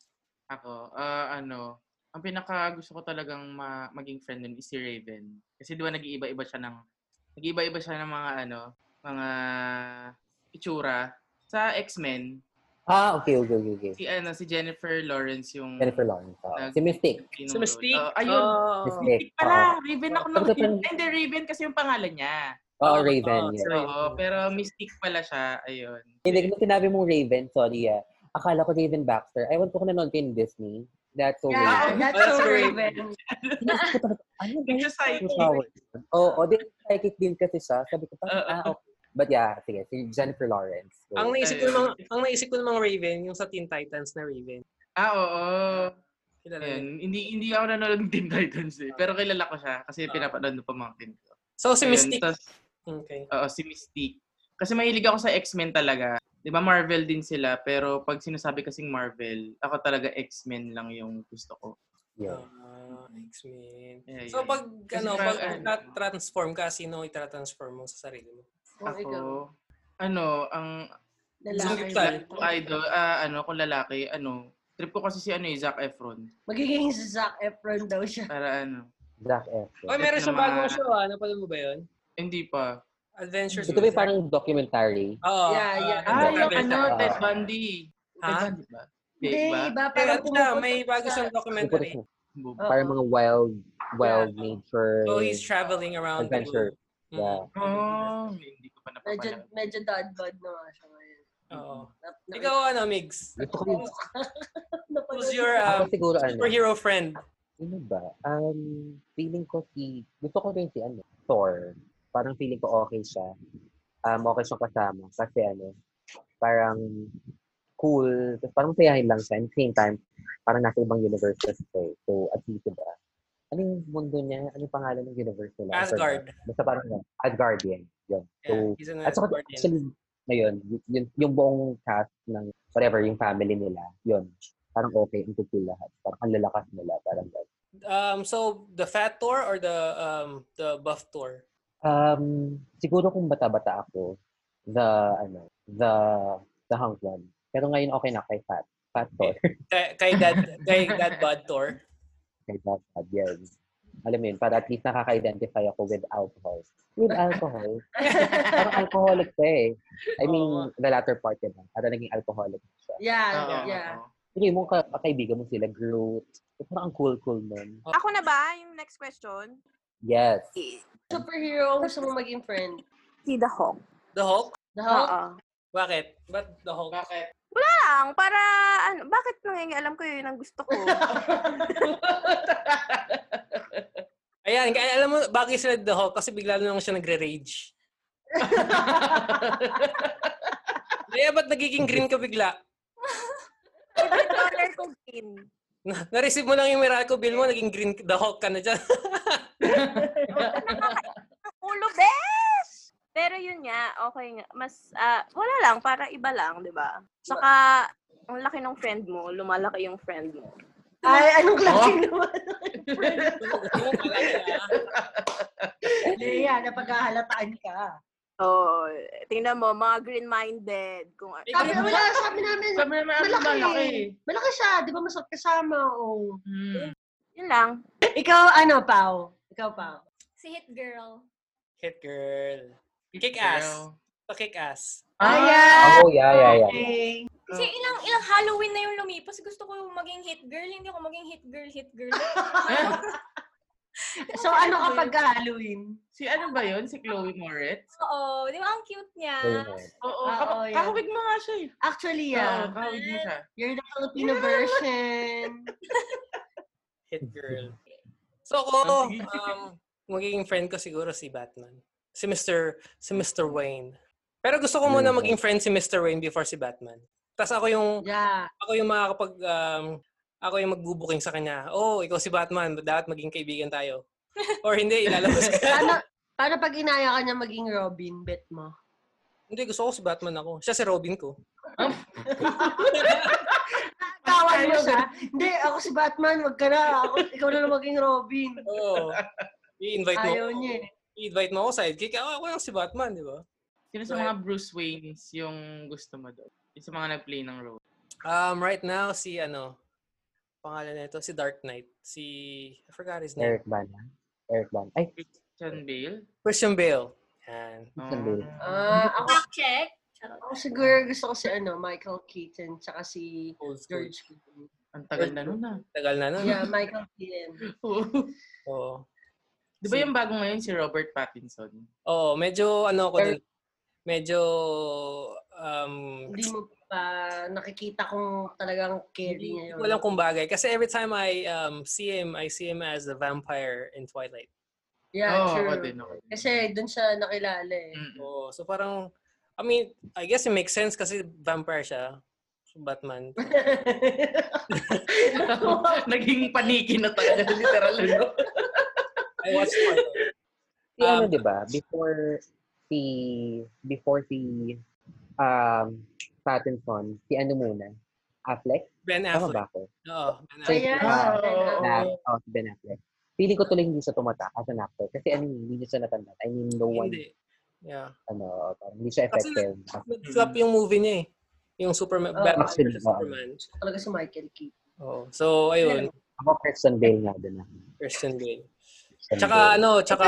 S4: Ako, ah, ano, ang pinaka gusto ko talagang ma- maging friend nun is si Raven. Kasi di ba nag-iiba-iba siya ng, nag-iiba-iba siya ng mga ano, mga itsura. Sa X-Men,
S5: Ah, okay, okay, okay. okay.
S4: si ano, si Jennifer Lawrence yung...
S5: Jennifer Lawrence. oo.
S4: nag-
S5: Si Mystic.
S4: yung-
S1: Si Mystique.
S4: Oo, ayun.
S1: Oh.
S5: Mystic.
S4: Mystique pala. Raven ako nung...
S5: Tapos ito-
S4: Hindi, Raven kasi yung pangalan niya.
S5: Oo,
S1: Oo,
S5: Raven.
S1: oo,
S5: yun.
S1: Raven.
S4: Oo, pero Mystique pala siya. Ayun.
S5: Hindi, kung sinabi mong Raven, sorry ah. Akala ko Raven Baxter. Ewan ko kung nanonood kayo ng Disney. That's so
S2: Yeah,
S5: Raven.
S2: that's
S1: That's
S2: so
S1: so
S2: Raven.
S5: Inisip ko talaga, Ano ba
S4: Medyo psychic.
S5: Oo, oh, din psychic din kasi siya. Sabi ko, parang,
S4: Oo.
S5: ah, okay. But yeah, sige, si Jennifer Lawrence. So,
S1: Ang naisip ko
S4: Ayun.
S1: namang, ang naisip ko namang Raven, yung sa Teen Titans na Raven.
S4: Ah, oo.
S1: Kilala niyo?
S4: Ayun. Hindi, hindi ako nanonood ng Teen Titans eh. Pero kilala ko siya kasi
S1: Ah.
S4: pinapanood ko pamangkin ko.
S1: So, si
S4: Ayun,
S1: Mystique.
S4: tas-
S1: Okay.
S4: Oo, si Mystique. Kasi mahilig ako sa X-Men talaga. Di ba Marvel din sila, pero pag sinasabi kasing Marvel, ako talaga X-Men lang yung gusto ko.
S5: yun.
S1: Ah, X-Men.
S4: Yeah,
S1: So,
S4: yeah.
S1: pag,
S4: Kasi
S1: ano,
S4: parang
S1: pag
S4: ano.
S1: transform ka, sino itatransform mo sa sarili mo?
S2: Oh, ikaw.
S4: Ako, ano, ang
S1: Sal.
S2: Lalaki.
S4: Black ko idol, ah, ano, kung lalaki, ano, trip ko kasi si ano, eh, Zac Efron.
S2: Magiging si Zac Efron daw siya.
S4: Para ano,
S5: Zac Efron.
S1: Oy, meron
S4: Ito
S1: siyang
S4: naman.
S1: bagong show, ah. Napanood mo ba yun?
S4: hindi pa.
S1: Adventures
S5: Ito ba yung parang documentary?
S1: Oo.
S2: Yeah, yeah.
S1: ah,
S4: Ah, yung
S1: travel
S4: ano,
S1: siya.
S4: Ted Bundy.
S1: Ha?
S4: Ted Bundy ba? Di
S2: Hindi,
S4: ba?
S1: Pero
S2: iba. Parang
S1: ano siya,
S2: pumupunta
S1: may bago
S2: sa-
S1: siyang
S5: Yung puto
S1: documentary.
S5: siya,
S4: Bobo.
S2: Oo.
S5: Parang mga wild, wild nature.
S1: So, Oh, he's traveling around
S5: Adventure.
S1: the world. Mm.
S4: Oo, oh, hindi ko pa
S2: Medyo,
S4: napapanood.
S2: medyo dad bod na nga siya ngayon.
S1: Mm. Oo.
S2: Nap- nap-
S1: Ikaw, ano, Migs?
S5: Gusto ko yung,
S2: napanood
S1: Who's your
S5: ako
S1: um,
S5: siguro ano,
S1: superhero friend?
S5: ano ba? Um, feeling ko si, gusto ko rin si ano, Thor. Parang feeling ko okay siya. Um, okay siyang kasama. Kasi ano, parang cool. Tapos parang masayahin lang siya. And same time, parang nasa ibang universes siya. eh. So, at least, diba? Ano yung mundo niya? Ano yung pangalan ng universe nila? I forgot.
S1: Asgard.
S5: Basta parang ano, Asgardian. Yun. So,
S1: Yeah, he's an
S5: at saka
S1: Asgardian.
S5: actually, ngayon, y- yun, yung buong cast ng whatever, yung family nila, yun. Parang okay, ang cool lahat. Parang ang lalakas nila. Parang ganun.
S1: Um, so, the fat tour or the um, the buff tour?
S5: Um, siguro kung bata-bata ako, the, ano, the, the hunk one. Pero ngayon okay na kay Fat. Fat Thor.
S1: Kay, kay dad, kay dad bod tour?
S5: kay Bob Javier. Alam mo yun, para at least nakaka-identify ako with alcohol. With alcohol? Parang alcoholic ka eh. I mean,
S1: Oo.
S5: the latter part yun. Para naging alcoholic siya.
S2: Yeah,
S4: Oo,
S2: yeah.
S4: oo.
S5: Hindi mo ka kaibigan mo sila, Groot. Eh, Parang ang cool-cool nun.
S3: Ako na ba? Yung next question?
S5: Yes.
S2: Superhero, gusto mo maging friend.
S3: Si The Hawk.
S1: The Hulk?
S2: The
S3: Oo.
S2: Hulk?
S1: Bakit? Ba't the Hulk?
S4: Bakit?
S3: lang, para, ano, bakit nangyayari? Alam ko yun ang gusto ko.
S1: Ayan, kaya alam mo, bagay sila the Hulk kasi bigla na lang siya nagre-rage. Kaya ba't nagiging green ka bigla?
S3: Favorite color ko green.
S1: Na- Na-receive mo lang yung Miracle Bill mo, naging green the Hulk ka na dyan.
S3: Ulo, besh! Pero yun nga, okay nga. Mas, ah, wala lang, para iba lang, di ba? Saka, ang laki ng friend mo, lumalaki yung friend mo.
S4: Ah,
S2: Ay, anong klase naman?
S1: Oo, pala kaya.
S2: Lea, napaghahalataan ka.
S3: Oo. tingnan mo, mga green-minded. Kung,
S2: Sabi,
S1: Ikaw-
S2: wala, sabi namin,
S4: Sabi naman, ano,
S2: malaki.
S4: malaki.
S2: Malaki siya, di ba masarap kasama? Oh.
S4: Hmm.
S3: yun lang.
S2: Ikaw, ano, Pao? Ikaw, Pao.
S6: Si Hit Girl.
S1: Hit girl. Kick ass.
S4: Pero-
S1: Pakick ass.
S4: Ah.
S2: Ayan!
S5: Oh, yeah, yeah, yeah.
S2: Okay.
S6: Kasi ilang ilang Halloween na yung lumipas, gusto ko maging hit girl, hindi ako maging hit girl, hit girl.
S2: So, ano kapag Halloween?
S4: Si ano ba yun? Si Chloe Moretz?
S6: Oo, di ba? Ang cute niya.
S5: So, yun.
S4: Oo,
S2: Ah,
S4: kap-
S2: oo, yan.
S4: kahawig mo nga siya eh.
S2: Actually,
S4: Yeah.
S2: yeah.
S4: kahawig mo siya.
S2: You're the Filipino version.
S1: Hit girl. So ako,
S4: Sige.
S1: um, magiging friend ko siguro si Batman. Si Mr. Si Mr. Wayne. Pero gusto ko muna
S5: Yeah.
S1: maging friend si Mr. Wayne before si Batman. Tapos ako yung
S2: Yeah.
S1: ako yung makakapag um, ako yung magbubuking sa kanya. Oh, ikaw si Batman, dapat maging kaibigan tayo. Or hindi, ilalabas ka.
S2: Paano, paano pag inaya ka niya maging Robin, bet mo?
S1: hindi, gusto ko si Batman ako. Siya si Robin ko.
S2: Kawan mo siya? Hindi, ako si Batman, wag ka na. Ako, ikaw na lang maging Robin.
S1: Oo. I-invite mo.
S2: Ayaw
S1: ako.
S2: niya eh.
S1: I-invite mo ako sidekick. Ah, Ako, ako lang si Batman, di ba?
S4: Sino sa mga Bruce Waynes yung gusto mo doon? Yung sa mga nag-play ng role?
S1: Um, right now, si ano, pangalan nito, si Dark Knight. Si, I forgot his name.
S5: Eric Bana. Eric Bana. Ay,
S4: Christian Bale? Oh.
S1: Christian Bale. Yan.
S5: Christian Bale.
S2: Ah, ako,
S6: Fact check. Charot.
S2: ako siguro gusto ko si ano, Michael Keaton, tsaka si
S1: Old school.
S2: George Clooney.
S4: ang tagal na nun ah.
S1: Tagal na nun.
S2: Yeah, Michael Keaton.
S1: Oo.
S4: Di ba
S1: Si-
S4: yung bagong ngayon si Robert Pattinson?
S1: Oo, medyo ano ko
S4: Or-
S1: dun. Medyo um
S2: Hindi mo pa nakikita kung talagang carry
S1: hindi
S2: niya
S1: hindi ko
S2: yun.
S1: alam kung bagay kasi every time I um see him, I see him as the vampire in Twilight.
S2: Yeah,
S4: Oo,
S2: true.
S4: ako din. Ako din.
S2: Kasi doon siya nakilala eh.
S5: Hmm.
S4: Mm.
S1: Oo, so parang I mean, I guess it makes sense kasi vampire siya. So Batman.
S4: Naging paniki na talaga, literal. ano?
S1: I watched Twilight.
S5: Si ano,
S1: Um,
S5: di ba? Before si, before si, um, Pattinson, si ano muna? Affleck?
S1: Ben
S5: Tama
S1: Affleck.
S5: ba ako?
S1: Oo, Ben
S5: So,
S1: Affleck.
S2: Ayan.
S5: Ah,
S2: Ben
S4: oo,
S2: Affleck.
S5: Na, oh, si Ben Affleck. Feeling ko tuloy hindi siya tumata as an actor. Kasi ano, hindi niya siya natandat. I mean, no one,
S1: Hindi. Yeah.
S5: ano, parang hindi siya
S1: Kasi
S5: effective.
S1: Nag-flop
S5: Hmm.
S1: yung movie niya eh. Yung Superman,
S5: Ah,
S2: Oo.
S1: Batman
S5: Actually,
S1: versus
S5: oo.
S1: Superman.
S2: Talaga si Michael Keaton.
S1: Oo. So, ayun.
S5: Ako, Christian Bale nga din. ah.
S1: Christian Bale.
S5: Christian
S1: Tsaka
S5: Bale.
S1: ano, tsaka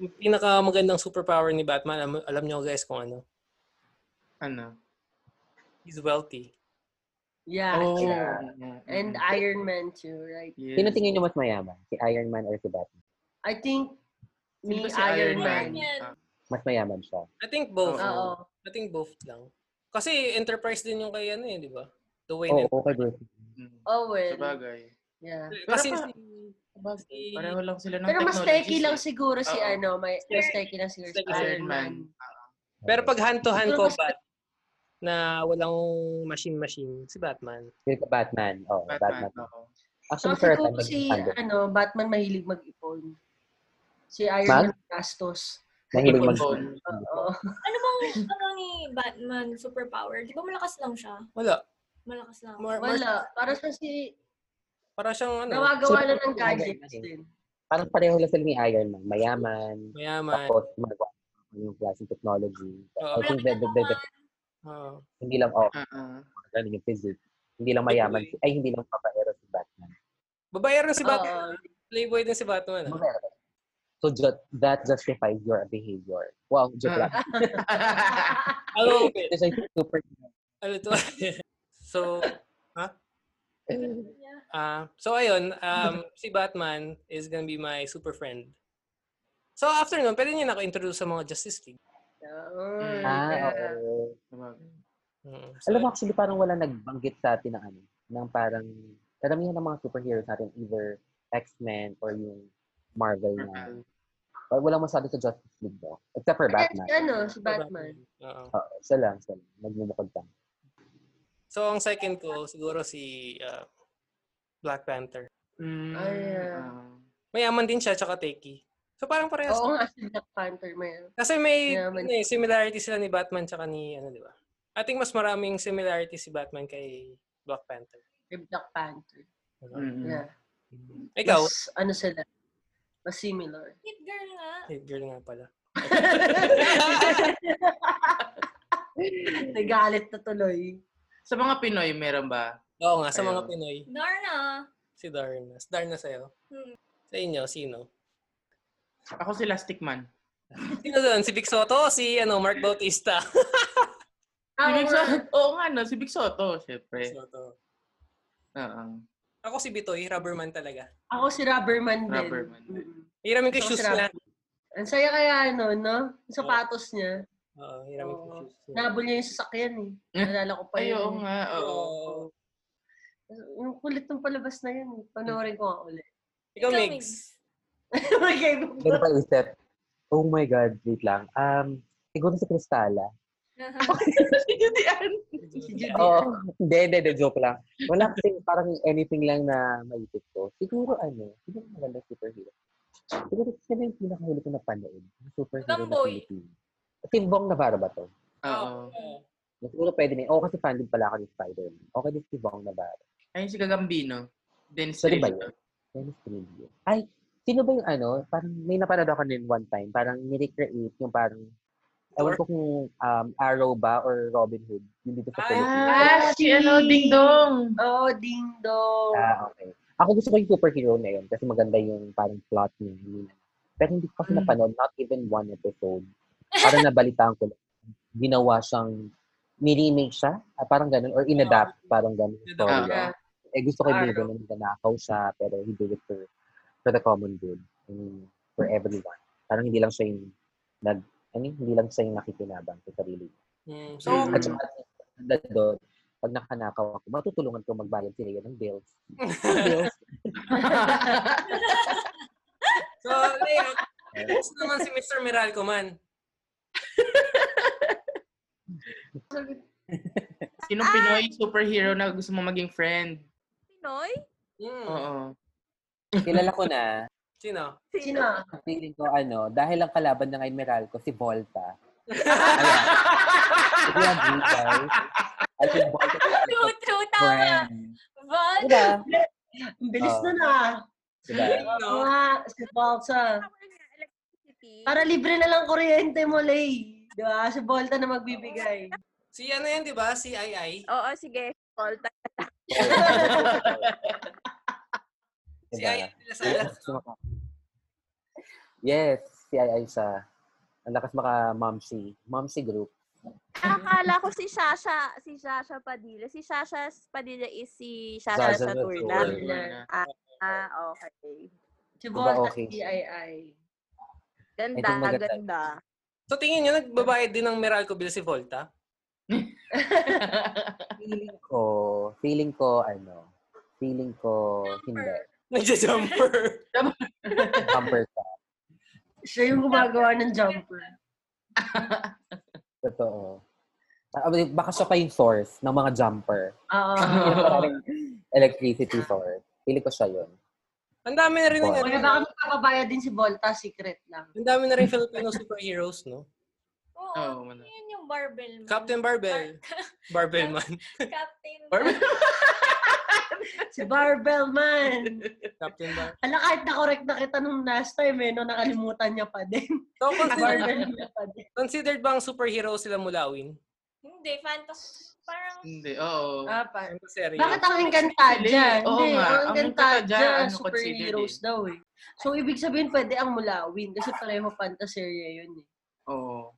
S1: yung pinaka magandang superpower ni Batman, alam, alam niyo guys kung ano,
S4: Ano?
S1: he's wealthy.
S2: Yeah.
S4: Oh.
S2: true.
S4: mm,
S2: And
S4: mm.
S2: Iron Man too, right?
S4: Yes.
S5: Sino tingin niyo mas mayaman? Si Iron Man or si Batman?
S2: I think ni
S4: Sino ba si
S2: Iron Man.
S6: Man.
S4: Ah,
S5: Mas mayaman siya.
S1: I think both.
S2: Oo.
S1: I think both lang. Kasi enterprise din yung kay ano eh, di ba? The
S5: Oo,
S1: Wayne
S5: oh, okay, bro.
S4: mm.
S2: Oh, well.
S4: Sabagay.
S2: Yeah.
S1: Enterprise. Kasi
S4: Pero pa-
S1: si-
S4: Sabagay.
S1: si-
S4: Pareho lang sila ng
S2: Pero mas
S4: technologies,
S2: techie lang
S4: eh.
S2: siguro si
S4: Oo.
S2: ano, may, mas techie lang siguro si
S1: Techie si
S2: Iron Man.
S4: Ah,
S1: pero pag hand-to-hand
S2: Siguro
S1: combat na walang machine-machine, si Batman.
S5: Feel ko Batman. Oo, Batman.
S4: Batman. oo.
S5: Actually,
S2: Saka
S5: for a time,
S2: siguro si
S5: naging fan
S2: ano, Batman mahilig mag-ipon. Si Iron
S5: Mag?
S2: Man gastos.
S5: din. Mahilig mag
S4: Ipon-ipon.
S2: Oo.
S6: Ano bang ano ni Batman superpower? Di ba malakas lang siya?
S1: Wala.
S6: Malakas lang.
S1: Mar- mar-
S2: Wala. Para sa si
S1: para siyang ano,
S2: nawagawa
S5: Sino
S2: lang ng
S5: yung
S2: gadgets
S5: Iron Man?
S2: din.
S5: Parang pareho lang sila ni Iron Man. Mayaman.
S1: mayaman.
S5: Tapos, magawa yung klaseng technology. I think that, that, that- that-
S1: Oo.
S5: hindi lang, oh,
S4: Ah, ah.
S5: ganun yung physics. Hindi lang mayaman. si- Ay, hindi lang papaero si Batman.
S1: Babae rin si Batman.
S2: Oo.
S1: Playboy din si Batman. ah.
S5: Babaero. So, ju- that justifies your behavior. Wow, joke
S2: Ah.
S5: lang.
S1: Ano okay.
S5: It's like super...
S1: Ano to? so, Ah, so ayun, um, si Batman is gonna be my super friend. So after nun, pwede niya na ako introduce sa mga Justice League.
S2: Oo,
S5: Ah,
S2: yeah.
S5: oo.
S4: Sabagay.
S1: Mm, so,
S5: Alam mo, actually, parang wala nagbanggit sa atin ng ano, ng parang, karamihan ng mga superheroes natin, either X-Men or yung Marvel na.
S4: Purple.
S5: Wal- Walang masyado sa Justice League, no? Except for
S2: Ayan, si
S5: Batman.
S2: ano, si Batman.
S1: Oo.
S5: Oo, siya Ah, lang, siya lang. Nagbubukod lang.
S1: So ang second ko, siguro si ah, Black Panther.
S4: Mm,
S2: Ah, yeah.
S4: ah.
S1: Mayaman din siya, tsaka Teki. So parang parehas.
S2: Oo nga, si Black Panther man.
S1: Kasi may
S2: Mayaman.
S1: ano eh, similarity sila ni Batman tsaka ni, ano, di ba? I think mas maraming similarity si Batman kay Black Panther. Ano?
S2: Si Black Panther.
S4: Mm,
S5: Hmm.
S4: mm.
S2: Yeah.
S1: Ikaw,
S2: Mas, ano sila? Mas similar.
S6: Hit girl nga.
S1: eh, girl nga pala.
S2: Nagalit na tuloy.
S4: Sa mga Pinoy, meron ba?
S1: Oo nga, sa mga
S4: Ayun.
S1: Pinoy,
S6: Darna.
S1: si Darna. Si Darna sa'yo.
S2: Hmm.
S6: Mm.
S1: Sa inyo, sino?
S4: Ako si Elastic Man.
S1: Sino doon? Si Vic Soto o si ano, Mark Bautista?
S4: Si
S2: Ako
S4: Big
S2: Ah, nga.
S4: Soto. Oo nga, no? Si Big Soto, syempre.
S1: Soto.
S4: Oo.
S1: Ako si Bitoy, rubberman talaga.
S2: Ako si Rubberman din.
S4: Rubberman din.
S2: Mm-mm.
S1: Hiramin ko yung
S2: Ako
S1: shoes
S2: si
S1: niya.
S2: Ang saya kaya ano, no? Yung sapatos niya.
S1: Oo, hiramin ko yung
S2: Oo.
S1: shoes niya.
S2: Nabol niya yung sasakyan eh.
S4: Eh.
S2: Nalala ko pa
S4: Ay,
S2: yun.
S4: oo nga. Oo.
S1: Oo.
S2: Yung kulit ng palabas na yun. eh. Panoorin ko nga ulit.
S1: Ikaw,
S6: Ikaw,
S1: Migs.
S2: Okay,
S5: Ganun pa isip, oh my God, wait lang. Um, Siguro si Cristala.
S4: Hindi, ano.
S2: Si Judy.
S5: Oo. Hindi, hindi, hindi. Joke lang. Wala kasi parang anything lang na maisip ko. Siguro ano, siguro maganda superhero. Siguro sila yung pinakahuli ko na panood. Superhero na
S6: Gamboy.
S5: Philippine. Timbong Navarro ba to?
S4: Oo.
S5: Siguro pwede na yun. Oo, kasi fan din pala ako ni Spider-Man. Okay din si Bong Navarro.
S4: Ayun si Gagambino. Dennis
S5: Sorry ba
S4: Trillo.
S5: yun? Dennis Trillo. Ay, sino ba yung ano? Parang may napanood ako nun one time. Parang nirecreate yung parang Ewan ko kung um, Arrow ba or Robin Hood. Yung dito sa Philippines.
S4: Ah, si ano, Ding Dong.
S2: Oh, ding dong.
S5: Ah, okay. Ako gusto ko yung superhero na yun kasi maganda yung parang plot niya. yun. Pero hindi ko kasi
S4: Mm.
S5: napanood, not even one episode. Parang nabalitaan ko lang. Ginawa siyang, ni-remake siya, ah, parang ganun, or inadapt, parang ganun. yung
S1: Inadapt.
S5: Story.
S4: Ah.
S5: Eh, gusto ko yung
S2: Arrow.
S5: ganun, nanakaw siya, pero he did it for, for the common good. And for everyone. Parang hindi lang siya yung, nag, ano, yun, hindi lang siya yung nakikinabang sa sarili niya.
S1: Mm, so,
S4: So,
S5: At saka, ang ganda doon, pag nakanakaw ako, matutulungan ko mag-balance sila ng bills. bills.
S1: so Leo, gusto naman si Mr. Meralco man. Ah.
S4: Sinong Pinoy superhero na gusto mo maging friend?
S3: Pinoy?
S1: Mm,
S4: Oo.
S5: Kilala ko na,
S1: sino?
S2: Sino?
S5: feeling ko ano, dahil ang kalaban ng Emerald ko, si Volta. Ayan. Ayan, you guys. At si Volta pala ako,
S6: True, true, tama.
S5: friend.
S6: But,
S5: Diba?
S2: Ang bilis
S5: Oh.
S2: nun ah.
S5: Diba?
S2: Oo
S1: Sino?
S2: nga, si Volta. Para libre na lang kuryente mo, Lay. Di ba? Si Volta na magbibigay.
S1: Si ano yan, di ba? Si Ai Ai.
S3: Oo, sige. Volta.
S1: Si
S5: Diba?
S1: Ai Ai de Salas.
S5: Gusto mo ka- Yes, si Ai Ai sa ang lakas maka Momsi, Momsi group.
S3: Akala ko si Sasha, si Sasha Padilla. Si Sasha Padilla is si Sasha
S5: Sasha
S3: Saturna.
S5: Saturna.
S3: Ah, okay.
S2: Si
S5: Diba,
S2: Volta,
S5: okay.
S2: si Ai.
S3: Ganda,
S5: Ito maganda.
S3: ganda.
S1: So tingin nyo, nagbabayad din ng Meralco bill si Volta?
S5: Feeling ko, feeling ko ano, feeling ko hindi.
S1: Nagja-jumper.
S5: Hamper ka.
S2: Siya yung gumagawa ng jumper.
S5: Totoo. Ah, Baka siya pa yung source ng mga jumper.
S2: Oo.
S5: Parang electricity source. Pili ko siya yun.
S1: Ang dami na rin ng
S5: Wow.
S1: ano,
S2: Kaya baka magkakabaya din si Volta, secret lang.
S1: Ang dami na rin Filipino superheroes, no?
S6: oo,
S4: Oo, wala.
S6: yun yung barbell man.
S1: Captain Barbell. Barbell man.
S6: Captain.
S4: Or-
S2: Si Barbell Man.
S1: Captain Barbell.
S2: Ala, kahit na-correct na kita nung last time eh, no, nakalimutan niya pa din.
S1: So, considered,
S2: Barbell niya pa din.
S1: considered bang superhero sila mulawin?
S6: Hindi, fantasy. Parang,
S4: Hindi, oo.
S2: Ah, pa.
S1: Ano seryo?
S2: Bakit ang Encantadia?
S4: Oo
S2: Hindi,
S4: nga,
S2: ang
S4: ang Encantadia,
S2: Encantadia,
S4: ano, considered
S2: superheroes
S4: eh.
S2: daw eh. So, ibig sabihin, pwede ang mulawin kasi pareho pantaserya yun eh.
S4: Oo.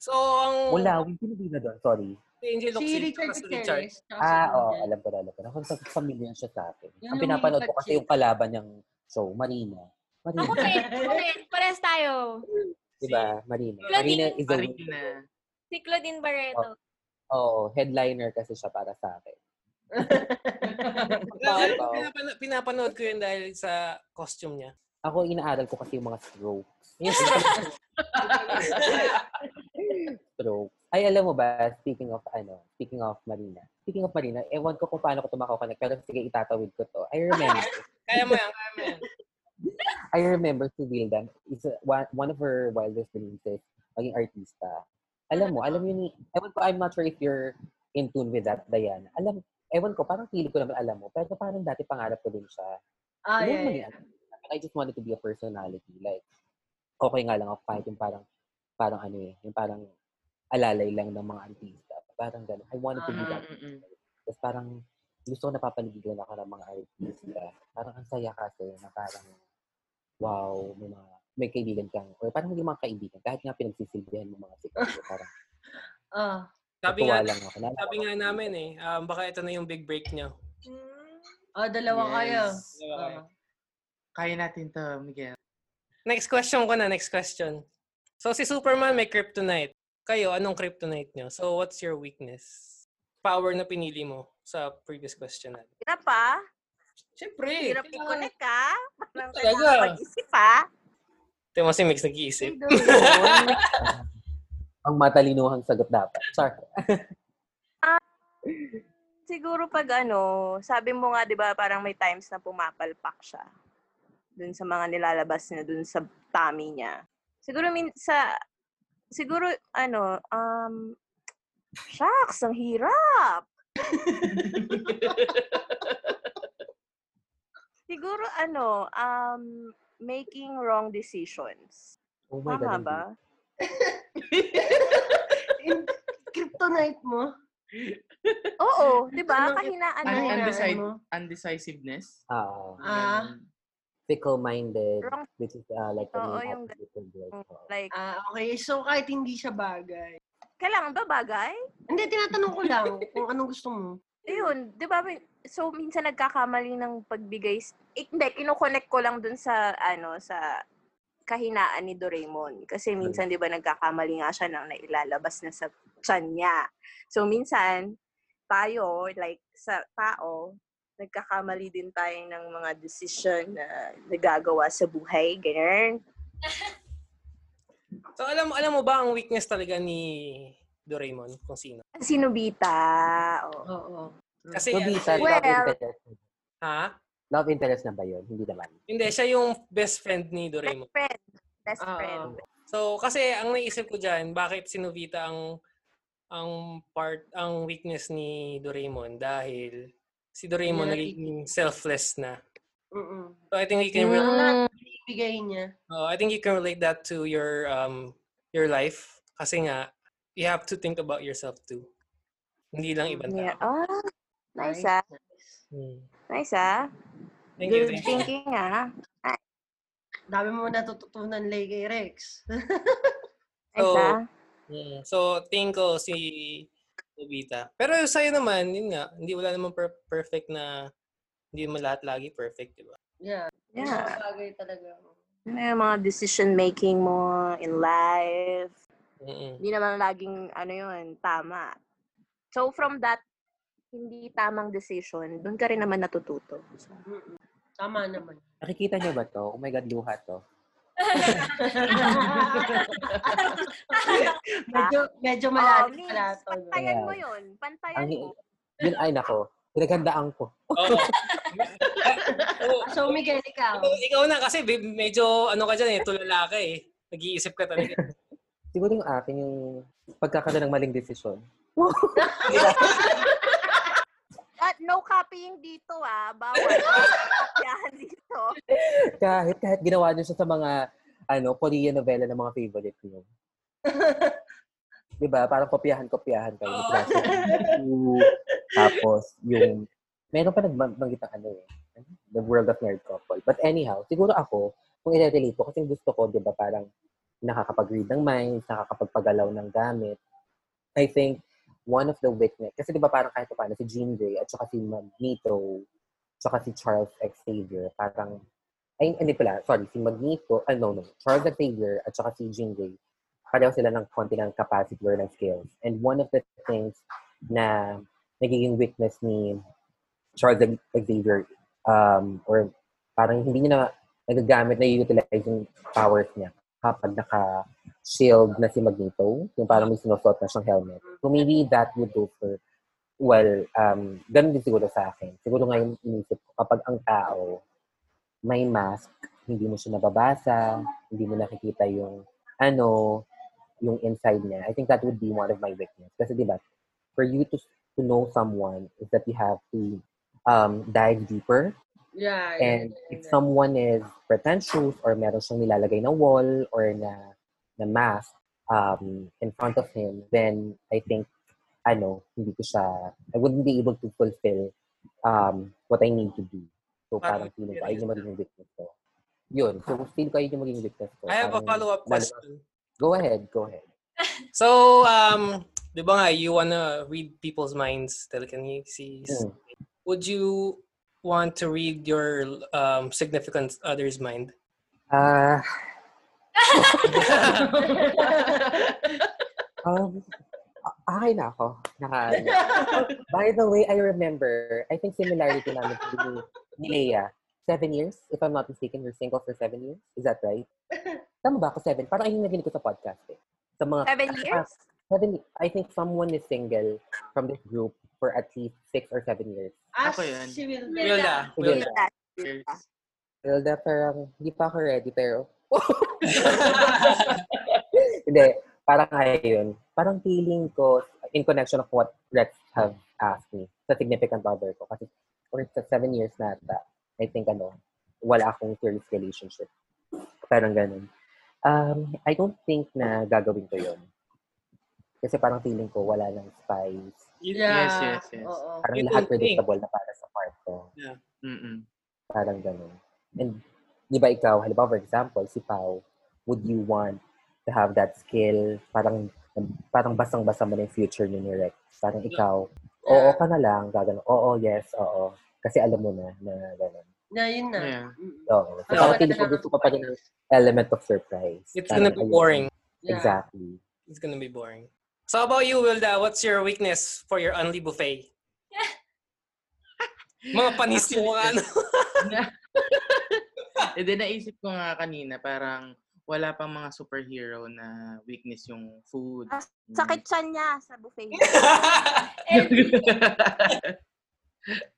S1: So, ang
S5: Wala, hindi na doon. Sorry.
S1: si Angel
S2: Si
S1: Locsin,
S2: Richard
S1: si Richard.
S2: Gutierrez. tsaka si
S5: Ah, oo.
S2: Angel.
S5: alam ko na, alam ko na. Kung sa familiar siya sa akin.
S2: Yung
S5: Ang pinapanood ko
S2: lumilipad
S5: kasi yung kalaban niyang show, Marina.
S6: ako
S5: Marina.
S6: rin, ako rin. Pares tayo.
S5: Diba? Marina.
S1: Claudine
S5: Marina is the
S4: Marina.
S6: Si Claudine Barreto.
S5: Oo, headliner kasi siya para sa akin.
S1: Alam mo,
S5: Tao.
S1: pinapano- pinapanood ko yun dahil sa costume niya.
S5: Ako, inaaral ko kasi yung mga strokes. strokes. Ay, alam mo ba, speaking of ano, speaking of Marina. Speaking of Marina, ewan ko kung paano ko tumakaw connect, pero sige, itatawid ko to. I remember.
S1: Kaya mo yan, kaya mo yan.
S5: I remember si Wildan, is a- one, one of her wildest dreams is maging artista. Alam mo, alam yun, ni- ewan ko, I'm not sure if you're in tune with that, Diana. Alam, ewan ko, parang feeling ko naman alam mo, pero parang dati pangarap ko din siya.
S2: Ah,
S5: Yun
S2: yeah,
S5: lang
S2: yeah.
S5: yan. I just wanted to be a personality. Like, okay nga lang ako kahit yung parang, parang ano eh, yung parang alalay lang ng mga artista. Parang gano'n. I wanted to be that.
S4: Mm-mm.
S5: Tapos parang gusto ko napapaligilan ako ng mga artista. Parang ang saya kasi na parang wow, may mga may kaibigan kang, or parang hindi mga kaibigan, kahit nga pinagsisilbihan mo mga siguro, parang
S2: Ah.
S1: Sabi
S5: natuwa
S1: nga,
S5: lang ako. Naalala
S1: sabi
S5: ko-
S1: nga namin eh, um, baka ito na yung big break niya.
S6: Hmm.
S2: Oh, dalawa
S4: Yes.
S2: kayo.
S1: Dalawa kayo.
S2: Ah.
S4: Kaya natin to, Miguel.
S1: Next question ko na, next question. So si Superman may kryptonite. Kayo, anong kryptonite nyo? So what's your weakness? Power na pinili mo sa previous question natin.
S3: Hirap pa.
S1: Siyempre.
S3: Hirap i-connect ka. Parang ah.
S1: Talaga.
S3: kailangan mag-isip ha.
S1: Ito yung mas mix nag-iisip.
S5: "Oh Ang matalinuhang sagot dapat. Char.
S3: Siguro pag ano, sabi mo nga 'di ba parang may times na pumapalpak siya dun sa mga nilalabas niya dun sa tummy niya. Siguro min sa siguro ano, um shucks, ang hirap. siguro ano, um making wrong decisions.
S5: Oh my
S3: Tama
S5: God.
S3: ba?
S2: In- kryptonite mo?
S3: Oo, 'di ba?
S2: Ano-
S3: Kahinaan
S4: Ano
S3: mo.
S2: Kahinaan
S4: undecide-
S2: mo?
S4: Undecisiveness.
S5: Ah,
S2: Ah.
S4: Ganun.
S5: fickle-minded,
S3: Wrong
S5: which is uh, like the
S3: Oo,
S5: main
S3: yung
S5: attribute of like, uh,
S3: like
S2: Ah, okay. So, kahit hindi siya bagay.
S3: kailangan ba bagay?
S2: Hindi, tinatanong ko lang kung anong gusto mo.
S3: Ayun, 'di ba? min- So minsan nagkakamali ng pagbigay. s- Eh, hindi, kino-connect ko lang dun sa ano sa kahinaan ni Doraemon kasi minsan 'di ba nagkakamali nga siya ng nailalabas na sa tiyan niya. So minsan tayo like sa tao nagkakamali din tayo ng mga decision na nagagawa sa buhay, ganyan.
S1: So alam mo alam mo ba ang weakness talaga ni Doraemon kung sino?
S3: Si Nobita. oo.
S2: Oo.
S1: Kasi ano
S5: Nobita,
S1: siya-
S3: Well-
S5: love interest.
S1: ha?
S5: Love interest na ba yun? Hindi naman.
S1: Hindi siya yung best friend ni Doraemon.
S3: Best friend. Best
S2: Ah, Oo.
S3: friend.
S1: So kasi ang naisip ko diyan, bakit si Novita ang ang part ang weakness ni Doraemon dahil si Doraemon
S2: Yeah.
S1: nagiging selfless na.
S2: Mm-mm.
S1: So I think you can re-
S2: Yung lahat
S5: Mm.
S2: ibigay niya.
S1: oh, I think you can relate that to your um your life kasi nga you have to think about yourself too. Hindi lang ibang
S3: Yeah.
S1: tao.
S3: Oh, nice ah.
S1: Hmm.
S3: Nice ah.
S1: Thank you. Thank
S3: Good
S1: you.
S3: thinking ah.
S2: Dami mo natututunan, Lay, kay Rex.
S3: Nice
S1: So,
S3: ah.
S1: Mm, So, tingin ko si Nobita. Pero sa'yo naman, yun nga, hindi wala namang per- perfect na, hindi mo lahat lagi perfect, di ba?
S2: Yeah. Yung
S3: Yeah.
S2: mga bagay talaga.
S3: Ano yung mga decision making mo in life?
S1: Mm-mm.
S3: Hindi naman laging ano yun, tama. So from that hindi tamang decision, doon ka rin naman natututo. So,
S2: Mm-mm. Tama naman.
S5: Nakikita niyo ba to? Oh my God, luha to.
S2: medyo, medyo
S3: oh,
S2: malalim
S3: means,
S2: pala to. no?
S3: pantayan mo yun. Pantayan
S5: Ang-
S3: mo.
S5: Yun ay nako. Pinaghandaan ko.
S1: Oo. Oo.
S2: Ah, So, Miguel, ikaw.
S1: Ikaw- ikaw na kasi babe, medyo ano ka dyan eh, tulala ka eh. Nag-iisip ka talaga.
S5: Siguro yung akin, yung pagkakaroon ng maling desisyon.
S3: At no copying dito ah. Bawal. Kopyahan dito.
S5: Kahit, kahit ginawa niyo siya sa mga ano, Korean novela ng mga favorite niyo. Di ba? Parang kopyahan-kopyahan kayo.
S1: Oo.
S5: Class of two. Tapos, yung... Meron pa nagbanggit ng ano eh. The World of Nerd Couple. But anyhow, siguro ako, kung i-relate ko, kasi gusto ko, di ba, parang nakakapag-read ng minds, nakakapagpagalaw ng gamit. I think, one of the witness, kasi di ba parang kahit pa paano, si Jean Grey at saka si Magneto, at saka si Charles Xavier, parang, ay, hindi pala, sorry, si Magneto, ah, no, no, Charles Xavier at saka si Jean Grey, pareho sila ng konti ng capacity or ng skills. And one of the things na nagiging weakness ni Charles Xavier um, or parang hindi niya na nagagamit na utilize yung powers niya kapag naka-shield na si Magneto, yung parang may sinusot na siyang helmet. So maybe that would do for, well, um, ganun din siguro sa akin. Siguro ngayon inisip ko, kapag ang tao may mask, hindi mo siya nababasa, hindi mo nakikita yung ano, yung inside niya. I think that would be one of my weakness. Kasi di ba, for you to to know someone is that you have to um, dive deeper
S2: Yeah.
S5: And if someone is pretentious or meron siyang nilalagay na wall or na, na mask um, in front of him, then I think, ano, hindi ko siya, I wouldn't be able to fulfill um, what I need to do. So
S1: Parang
S5: parang feeling ko,
S1: yun.
S5: ayun yung magiging weakness ko. Yun, so feel ko ayun yung magiging weakness ko.
S1: I have a
S5: Parang-
S1: follow-up
S5: lalo-
S1: question.
S5: Go ahead, go ahead.
S1: So, um, di ba nga, you wanna read people's minds, telekinesis.
S5: Mm.
S1: Would you want to read your um, significant other's mind?
S5: Ah, Um, a- akin na ako. Naka, by the way, I remember, I think similarity namin to ni, ni Lea. Seven years, if I'm not mistaken, we're single for seven years. Is that right? Tama ba ako? Seven. Parang ayun yung narinig ko sa podcast eh. Sa mga
S3: Seven years?
S5: Seven, I think someone is single from this group for at least six or seven years.
S2: As
S4: Ako yun.
S2: Ah, si Wilda.
S1: Wilda.
S5: Wilda.
S1: Wilda.
S3: Last year
S4: Years.
S3: pa.
S5: Hilda, parang hindi pa ako ready, pero... hindi, parang kaya yun. Parang feeling ko, in connection of what Rex have asked me, sa significant other ko. Kasi, or sa seven years na ata, I think ano, wala akong serious relationship. Parang ganun. Um, I don't think na gagawin ko yun. Kasi parang feeling ko, wala ng spice.
S4: Yes, yes, yes.
S2: Oo.
S5: Parang
S1: You
S5: lahat
S1: don't think?
S5: predictable na para sa part ko.
S4: Mm-mm.
S5: Parang ganun. And, di ba ikaw, halimbawa for example, si Pau, would you want to have that skill? Parang, parang basang-basa mo na yung future niyo ni Rex. Parang ikaw, oo ka na lang, gagano. Oo, yes, oo. Kasi alam mo na, na gano'n.
S2: Na yun na.
S4: Yeah.
S2: Mm.
S5: Oo.
S1: Ano,
S5: So, parang
S2: wala
S5: feeling
S2: na
S5: ko
S2: lang
S5: gusto ko pa rin ng element of surprise.
S1: It's
S5: Parang
S1: gonna be
S5: ayun.
S1: boring.
S2: Yeah.
S5: Exactly.
S1: It's gonna be boring. So how about you, Wilda? What's your weakness for your only buffet? Mga panis mo nga, ano?
S4: And then naisip ko nga kanina, parang wala pang mga superhero na weakness yung food.
S3: Ah, Sakit siya niya sa buffet.
S4: Ah.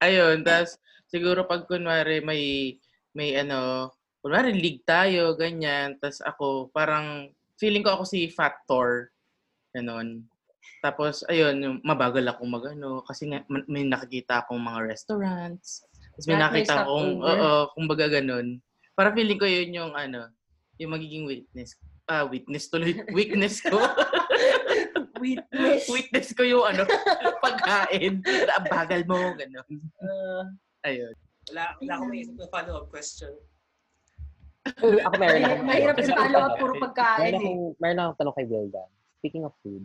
S4: Ayun, tapos siguro pag kunwari may, may ano, kunwari league tayo, ganyan. Tapos ako, parang feeling ko ako si Factor. Ganon. Tapos, ayun, yung mabagal ako magano kasi nga, ma- may nakikita akong mga restaurants. Tapos may
S2: Lahat may
S4: nakita akong,
S2: stopover.
S4: oo, kumbaga ganun. Para feeling ko yun yung ano, yung magiging witness. Ah, witness tuloy. Weakness ko.
S2: Witness.
S4: witness ko yung ano, pagkain. Ang bagal mo, gano'n.
S2: Uh,
S4: Ayun.
S1: Wala, wala akong maisip ng follow-up question.
S5: Uy, ako meron
S2: mahirap,
S5: akong-
S2: mahirap
S4: Kasi
S2: yung follow-up,
S4: pagkain.
S2: puro
S5: Meron
S2: pagkain eh.
S5: akong, meron akong tanong kay Wilda. Speaking of food,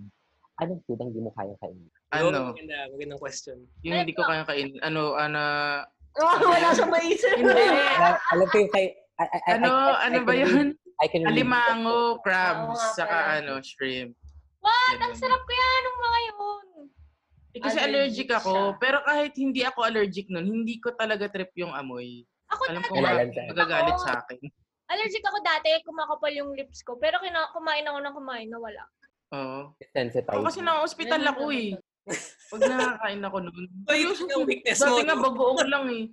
S5: anong food ang hindi mo kayang kainin?
S1: Yun,
S4: Ano,
S1: Maganda, magandang question.
S4: yung hindi ko kaya kainin. Ano, ano,
S2: Oh, wala siyang maisip.
S4: Hindi.
S5: Alam, alam ko yung kay... I, I, I,
S4: ano,
S5: I, I,
S4: ano
S5: I
S4: ba
S5: can
S4: yun?
S5: I can read
S4: Alimango,
S5: that.
S4: crabs,
S2: Oo nga pala.
S4: saka ano, shrimp.
S6: What?
S4: Ganun.
S6: Ang sarap ko yan. Anong mga yun?
S4: Eh, kasi allergic,
S2: Allergic
S4: ako.
S2: siya.
S4: Pero kahit hindi ako allergic nun, hindi ko talaga trip yung amoy.
S6: Ako
S4: Alam ko
S6: talaga.
S4: nga,
S5: Alam sa'yo.
S4: magagalit sa akin.
S6: Allergic ako dati. Kumakapal yung lips ko. Pero kina- kumain ako ng kumain na wala.
S4: Oo.
S5: Sensitized.
S4: Ako kasi na-hospital
S2: Ganun
S4: ako
S2: naman
S4: eh. Pag nakakain ako nun.
S1: So, yun yung weakness mo.
S4: Dati nga, bagoong lang eh.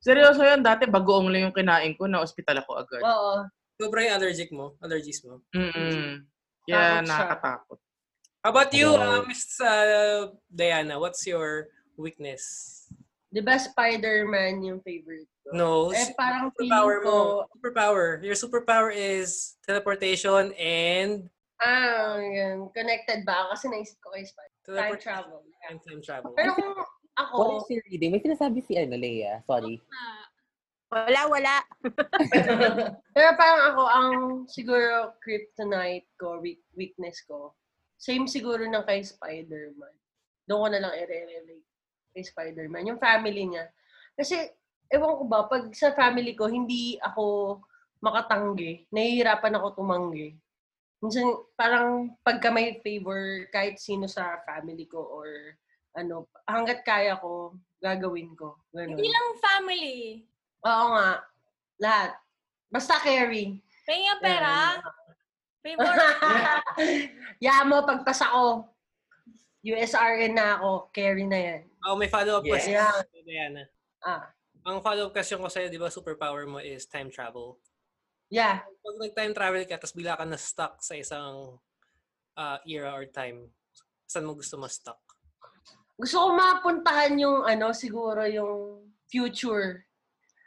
S4: Seryoso yun, dati bagoong lang yung kinain ko, na-hospital ako agad.
S2: Oo.
S1: Sobra yung allergic mo. Allergies mo.
S4: Mm-mm.
S2: Takot
S4: Kaya
S2: siya.
S4: Mm. nakakatakot.
S1: How about you,
S5: Hello.
S1: uh, Miss uh, Diana? What's your weakness?
S2: Di ba Spider-Man yung favorite ko?
S1: No.
S2: Eh, parang
S1: superpower
S2: feeling
S1: mo.
S2: ko-
S1: Superpower. Your superpower is teleportation and
S2: Ah, yun. Connected ba ako? Kasi naisip ko kay Spider-Man. Time
S1: teleportation
S2: travel. Yeah.
S1: and time travel.
S2: Pero kung ako,
S5: What is your reading? May sinasabi si ano, Leia. Sorry.
S2: Oh,
S6: Ah,
S3: Wala, wala.
S2: pero parang ako, ang siguro kryptonite ko, weak- weakness ko, same siguro ng kay Spider-Man. Doon ko na lang i-relate kay Spider-Man. Yung family niya. Kasi, ewan ko ba, pag sa family ko, hindi ako makatanggi. Nahihirapan ako tumanggi. Minsan, parang pagka may favor kahit sino sa family ko or ano, hanggat kaya ko, gagawin ko. Ganun.
S6: Hindi lang family.
S2: Oo nga. Lahat. Basta carry.
S6: Pay nga pera.
S3: Ah.
S6: Pay more.
S2: Yamo, pagpasa ko. USRN na ako. Carry na yan.
S1: Oh, may follow-up
S4: Yes.
S1: question
S2: Yeah.
S1: question, Diana.
S2: Ah.
S1: Ang follow-up question ko sa'yo, di ba, superpower mo is time travel.
S2: Yeah.
S1: Pag nag-time travel ka, tapos bila ka na stuck sa isang uh, era or time, saan mo gusto ma-stuck?
S2: Gusto ko mapuntahan yung ano, siguro yung future.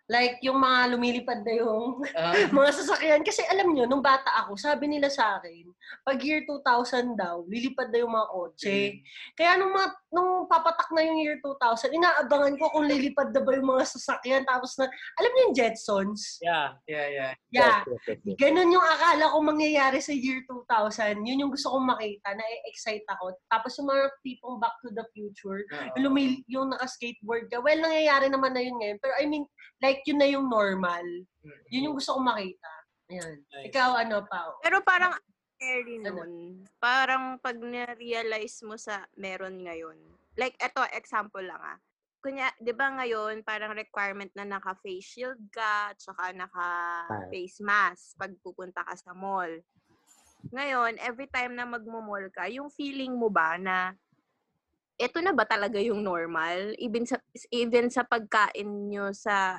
S2: Like yung mga lumilipad na yung mga sasakyan. Kasi alam nyo, nung bata ako, sabi nila sa akin, pag year 2000 daw, lilipad na yung mga kotse.
S4: Mm.
S2: Kaya nung, mga, nung papatak na yung year 2000, inaabangan ko kung lilipad na ba yung mga sasakyan. Tapos na, alam nyo yung Jetsons?
S1: Yeah.
S4: yeah, yeah.
S2: Yeah.
S5: Yes, yes, yes, yes.
S2: Ganun yung akala ko mangyayari sa year 2000. Yun yung gusto kong makita. Na-excite ako. Tapos yung mga tipong back to the future, yung, lumi- yung naka-skateboard ka. Well, nangyayari naman na yun ngayon. Pero I mean, like yun na yung normal.
S4: Mm.
S2: Yun yung gusto kong makita. Ayan.
S1: Nice.
S2: Ikaw, ano, Pao?
S3: Pero parang scary
S2: Ano?
S3: nun. Parang pag na-realize mo sa meron ngayon. Like, eto, example lang ah. kunya, di ba ngayon, parang requirement na naka-face shield ka, tsaka naka-face mask pag pupunta ka sa mall. Ngayon, every time na magmo-mall ka, yung feeling mo ba na eto na ba talaga yung normal? Even sa, even sa pagkain nyo sa,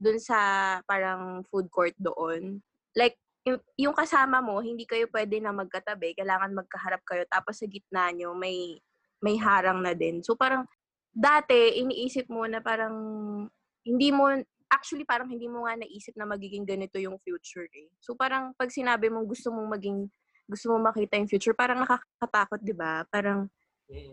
S3: dun sa parang food court doon. Like, yung, yung kasama mo, hindi kayo pwede na magkatabi. Kailangan magkaharap kayo. Tapos sa gitna nyo, may, may harang na din. So parang, dati, iniisip mo na parang, hindi mo, actually parang hindi mo nga naisip na magiging ganito yung future eh. So parang pag sinabi mong gusto mong maging, gusto mong makita yung future, parang nakakatakot, di ba? Parang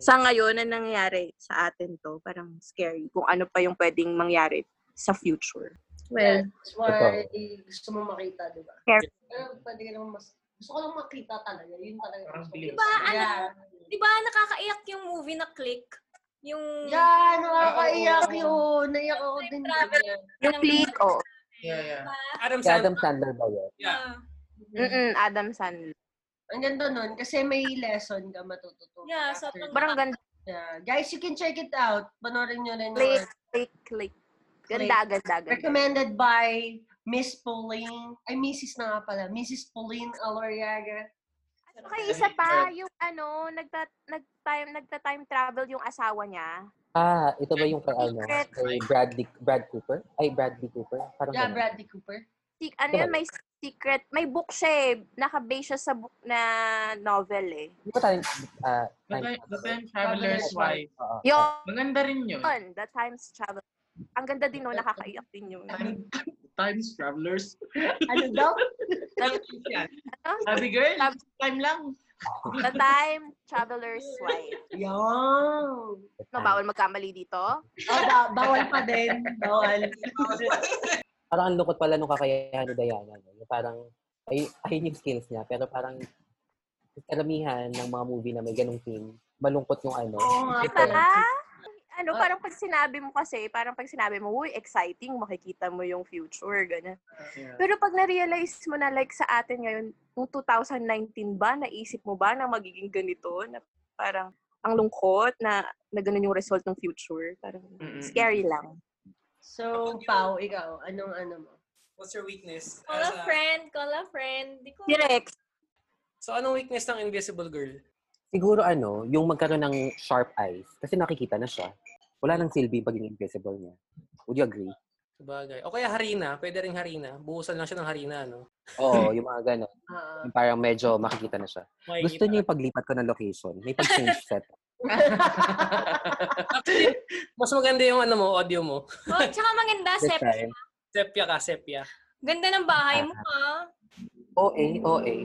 S3: sa ngayon na nangyari sa atin to, parang scary kung ano pa yung pwedeng mangyari sa future. Well,
S2: That's why gusto mo makita, di ba?
S3: Yeah.
S2: Pero pwede ka naman mas... Gusto ko lang makita talaga. Yun talaga.
S4: Parang
S2: gusto ko.
S4: bilis.
S6: Diba, ano?
S2: Yeah.
S6: Di ba nakakaiyak yung movie na Click? Yung... ah,
S2: Yeah, Diba, nakakaiyak
S4: Oo.
S2: yun. Naiyak ako
S6: Time
S2: din.
S6: travel.
S2: yun.
S3: yung click, oo.
S4: Yeah, yeah.
S6: Diba?
S1: Adam
S5: Si Adam
S1: Sandler.
S5: Sandler ba yun?
S1: Yeah.
S3: Mm-mm, Adam Sandler.
S2: Ang ganda nun kasi may lesson ka matututunan.
S6: Yeah,
S2: after
S6: sobrang-
S2: that.
S3: Parang ganda.
S2: Yeah. Guys, you can check it out. Panorin nyo rin. yun.
S3: Click, click, click. Ganda, ganda, ganda.
S2: Recommended by Miss Pauline. Ay, Mrs. na nga pala. Mrs. Pauline Aloryaga.
S3: Okay, isa pa, yung ano, nagta, nag, time, nagta-time travel yung asawa niya.
S5: Ah, ito ba yung kay ano?
S3: Secret.
S5: Kay Bradley, Brad Cooper? Ay, Bradley Cooper? Parang
S2: Yeah,
S5: ganun.
S2: Bradley Cooper.
S3: Si, ano yun, may secret, may book siya eh. Naka-base siya sa book na novel eh.
S5: Di ba tayo, ah,
S4: The
S5: time
S4: Time, the
S5: travel?
S4: time Traveler's
S2: Traveler's
S4: Wife.
S5: Oo. Ah,
S3: Yun,
S4: Maganda rin yun.
S3: the times travel. Ang ganda din no, nakakaiyak din yun.
S4: Time, times Travelers.
S2: Ano daw?
S4: Sabi girl, time lang.
S3: The time traveler's wife.
S2: Yan.
S3: No, bawal magkamali dito.
S2: Oh, ba- bawal pa din. Bawal.
S5: Parang ang lungkot pala nung kakayahan ni Diana. No? Yung Parang, ay, ayun yung skills niya. Pero parang, karamihan ng mga movie na may ganung theme, malungkot yung ano.
S2: Oo nga pala.
S3: Diba? Ano, parang pag sinabi mo kasi, parang pag sinabi mo, uy, exciting, makikita mo yung future, ganyan.
S4: Yeah.
S3: Pero pag na-realize mo na like sa atin ngayon, noong 2019 ba, naisip mo ba na magiging ganito? Na parang ang lungkot na, na ganun yung result ng future. Parang
S4: Mm-mm.
S3: scary lang.
S2: So, Pao, ikaw, anong ano mo?
S1: What's your weakness?
S6: Call a
S1: As a-
S6: friend, call a friend. Di ko...
S3: Direct.
S1: So, anong weakness ng Invisible Girl?
S5: Siguro ano, yung magkaroon ng sharp eyes. Kasi nakikita na siya. Wala nang silbi pag invisible niya. Would you agree?
S1: Sabagay. O kaya harina. Pwede rin harina. Buhusan lang siya ng harina, no?
S5: Oo, yung mga ganun.
S2: Ah.
S5: Yung Parang medyo makikita na siya.
S1: May
S5: Gusto niya yung paglipat ko ng location. May pag-change set.
S1: Mas maganda yung ano mo, audio mo.
S6: Oh, tsaka maganda,
S5: This
S6: Sep.
S5: time.
S1: Sepia ka, sepia.
S6: Ganda ng bahay mo, ha?
S5: OA, OA.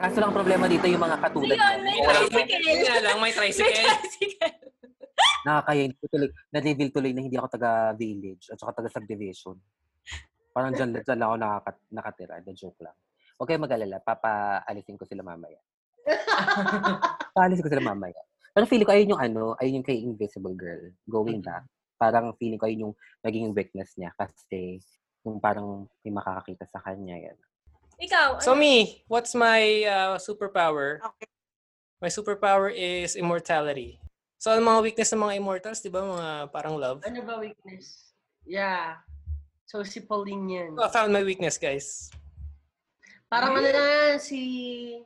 S5: Kaso lang problema dito yung mga katulad
S6: Ayun, may
S5: niya.
S1: Walang-
S6: tricycle.
S1: Yun nga lang, may tricycle.
S6: tricycle.
S5: Nakakaya, hindi ko tuloy, na-reveal tuloy na hindi ako taga-village at saka taga-subdivision. Parang dyan, dyan lang ako nakakat- nakatira. The joke lang. Huwag kayong mag-alala. Papaalisin ko sila mamaya. Paalisin ko sila mamaya. Pero feeling ko ayun yung ano, ayun yung kay Invisible Girl. Going
S3: Mm.
S5: back. Parang feeling ko ayun yung naging weakness niya kasi yung parang may makakakita sa kanya. Yan.
S6: Ikaw, ano?
S1: So me, what's my uh, superpower?
S3: Okay.
S1: My superpower is immortality. So ang mga weakness ng mga immortals, di ba? Mga parang love.
S2: ano ba weakness? Yeah. So, si Pauline yan.
S1: So, I found my weakness, guys.
S2: Parang ano na si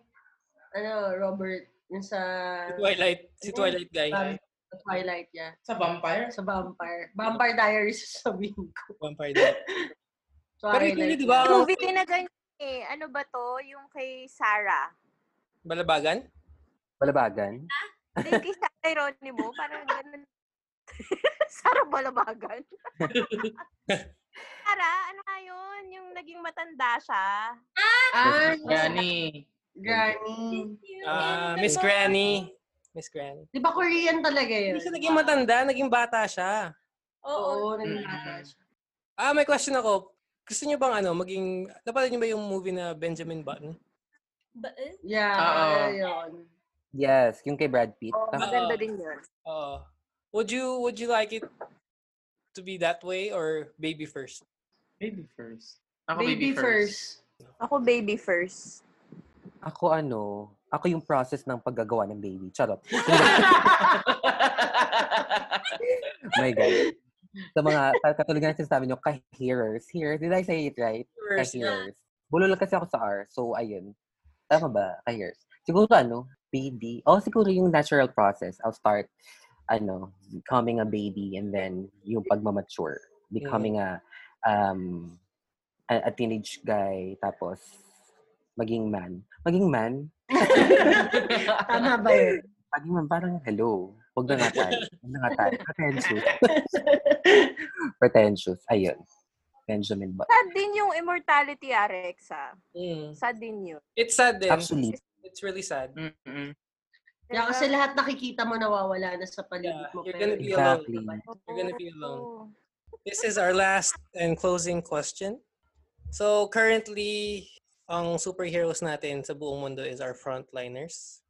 S2: ano Robert yung sa
S1: Si Twilight. Si Twilight guy.
S2: Vamp- Twilight yeah.
S4: Sa vampire?
S2: Sa Vampire. Vampire Diaries sasabihin ko.
S1: Vampire guy. Pero
S2: Twilight.
S1: yun yun, di ba? ang
S3: Movie din na ganyan eh. Ano ba to? Yung kay Sarah.
S1: Balabagan?
S5: Balabagan.
S3: Hindi, kay Sarah Geronimo. Parang ganun. Sarah Balabagan. Sarah, ano nga yun? Yung naging matanda siya.
S2: Ah,
S4: Yani.
S2: Granny.
S1: Ah, Miss Granny. Miss Granny.
S2: Di ba Korean talaga yun?
S1: Hindi siya naging matanda, naging bata siya.
S6: Oo.
S2: Oo, naging bata siya.
S1: Ah, may question ako. Gusto niyo bang ano, maging... Napanood niyo ba yung movie na Benjamin Button?
S6: Ba- eh?
S2: Yeah,
S4: Oo.
S2: yun.
S5: Yes, yung kay Brad Pitt.
S3: Oh,
S5: Ah,
S3: maganda din yun.
S1: Oo. would you would you like it to be that way or baby first?
S4: Baby first. Ako
S2: Baby, first.
S3: Ako baby first.
S5: Ako ano, Ako yung process ng paggagawa ng baby. Charot. My God. Sa mga, katulad nga ng sinasabi nyo, ka-hearers. Hearers, did I say it right?
S1: Hearers, yeah.
S5: Ka-hearers. Bulol kasi ako sa R. So, ayun. Tama ba? Ka-hearers. Siguro ano, baby. O, oh, siguro yung natural process. I'll start, ano, becoming a baby and then yung pagmamature.
S1: Mm.
S5: Becoming a, um, a, a teenage guy. Tapos, maging man. Maging man?
S2: Tama ba yun?
S5: Pagi man, parang hello. Huwag na nga tayo. Huwag na nga tayo. Pretentious. Pretentious. Ayun. Benjamin Button.
S3: Sad din yung immortality, Arex, ah.
S1: Mm.
S3: Sad din yun.
S1: It's sad din.
S5: Actually,
S1: It's really sad.
S4: Mm-mm.
S2: Yeah, kasi
S3: Diba?
S2: lahat nakikita mo nawawala na sa paligid
S1: Yeah,
S2: mo.
S1: you're
S2: pero
S1: gonna be
S2: ikaw
S1: alone.
S5: Exactly.
S2: naman.
S1: You're gonna be
S3: Oh.
S1: alone. This is our last and closing question. So, currently, ang superheroes natin sa buong mundo is our frontliners.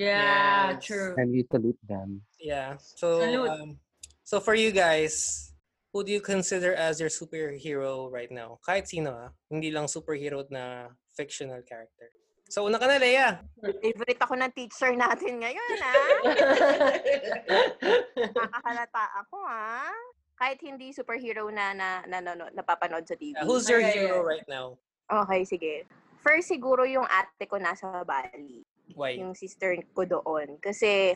S2: Yeah,
S4: Yes.
S2: true.
S5: can you salute them?
S1: Yeah. So,
S2: Salute.
S1: um, so for you guys, who do you consider as your superhero right now? Kahit sino ha, hindi lang superhero na fictional character. So, una ka na, Leia.
S3: Favorite ako ng teacher natin ngayon, ah. Nakakalata ako, ah. Kahit hindi superhero na, na, na, na, na- napapanood sa TV.
S1: Yeah, who's your
S2: Okay.
S1: hero right now?
S3: Okay, sige. First, siguro yung ate ko nasa Bali.
S1: Why?
S3: Yung sister ko doon. Kasi,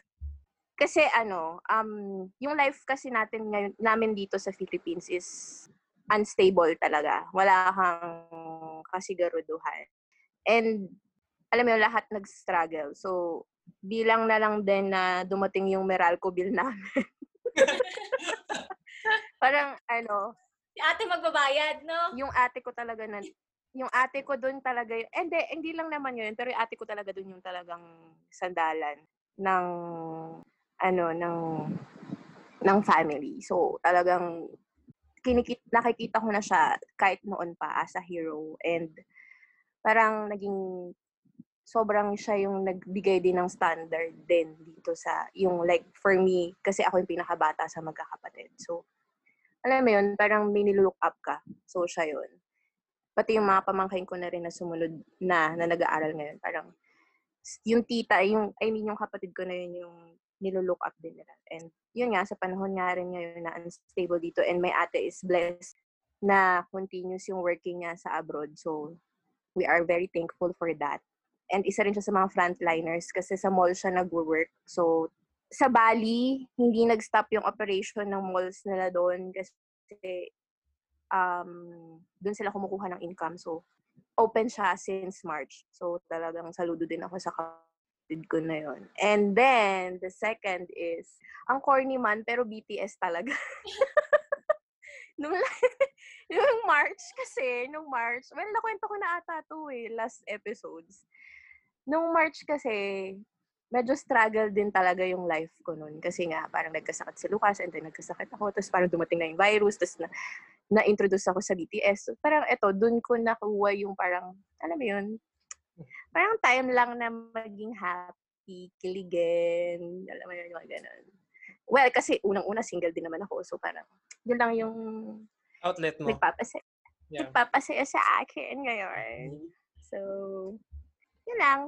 S3: kasi ano, um, yung life kasi natin ngayon, namin dito sa Philippines is unstable talaga. Wala kang kasiguruduhan. And, alam mo yun, lahat nag-struggle. So, bilang na lang din na dumating yung Meralco bill namin. Parang, ano,
S6: Si ate magbabayad, no?
S3: yung ate ko talaga na yung ate ko doon talaga yun. Hindi, hindi lang naman yun. Pero yung ate ko talaga doon yung talagang sandalan ng, ano, ng, ng family. So, talagang, kinikit, nakikita ko na siya kahit noon pa as a hero. And, parang naging, sobrang siya yung nagbigay din ng standard din dito sa, yung like, for me, kasi ako yung pinakabata sa magkakapatid. So, alam mo yun, parang may nilook up ka. So, siya yun. Pati yung mga pamangkin ko na rin na sumunod na, na nag-aaral ngayon, parang s- yung tita, yung, I mean, yung kapatid ko na yun yung nilulook up din nila. And yun nga, sa panahon nga rin ngayon na unstable dito and my ate is blessed na continuous yung working niya sa abroad. So, we are very thankful for that. And isa rin siya sa mga frontliners kasi sa mall siya nag-work. So, sa Bali, hindi nag-stop yung operation ng malls nila doon kasi um, doon sila kumukuha ng income. So, open siya since March. So, talagang saludo din ako sa kapatid ko na yon. And then, the second is, ang corny man, pero BTS talaga. nung, la- nung March kasi, nung March, well, nakwento ko na ata to eh, last episodes. Nung March kasi, medyo struggle din talaga yung life ko noon. Kasi nga, parang nagkasakit si Lucas, and then nagkasakit ako, tapos parang dumating na yung virus, tapos na, na-introduce ako sa BTS. So, parang eto, dun ko nakuha yung parang, alam mo yun, parang time lang na maging happy, kiligin, alam mo yun, yung mga ganun. Well, kasi unang-una single din naman ako, so parang, yun lang yung
S1: Outlet mo.
S3: nagpapasaya,
S1: Yeah. Mm-hmm.
S3: nagpapasaya sa akin ngayon. So, yun lang.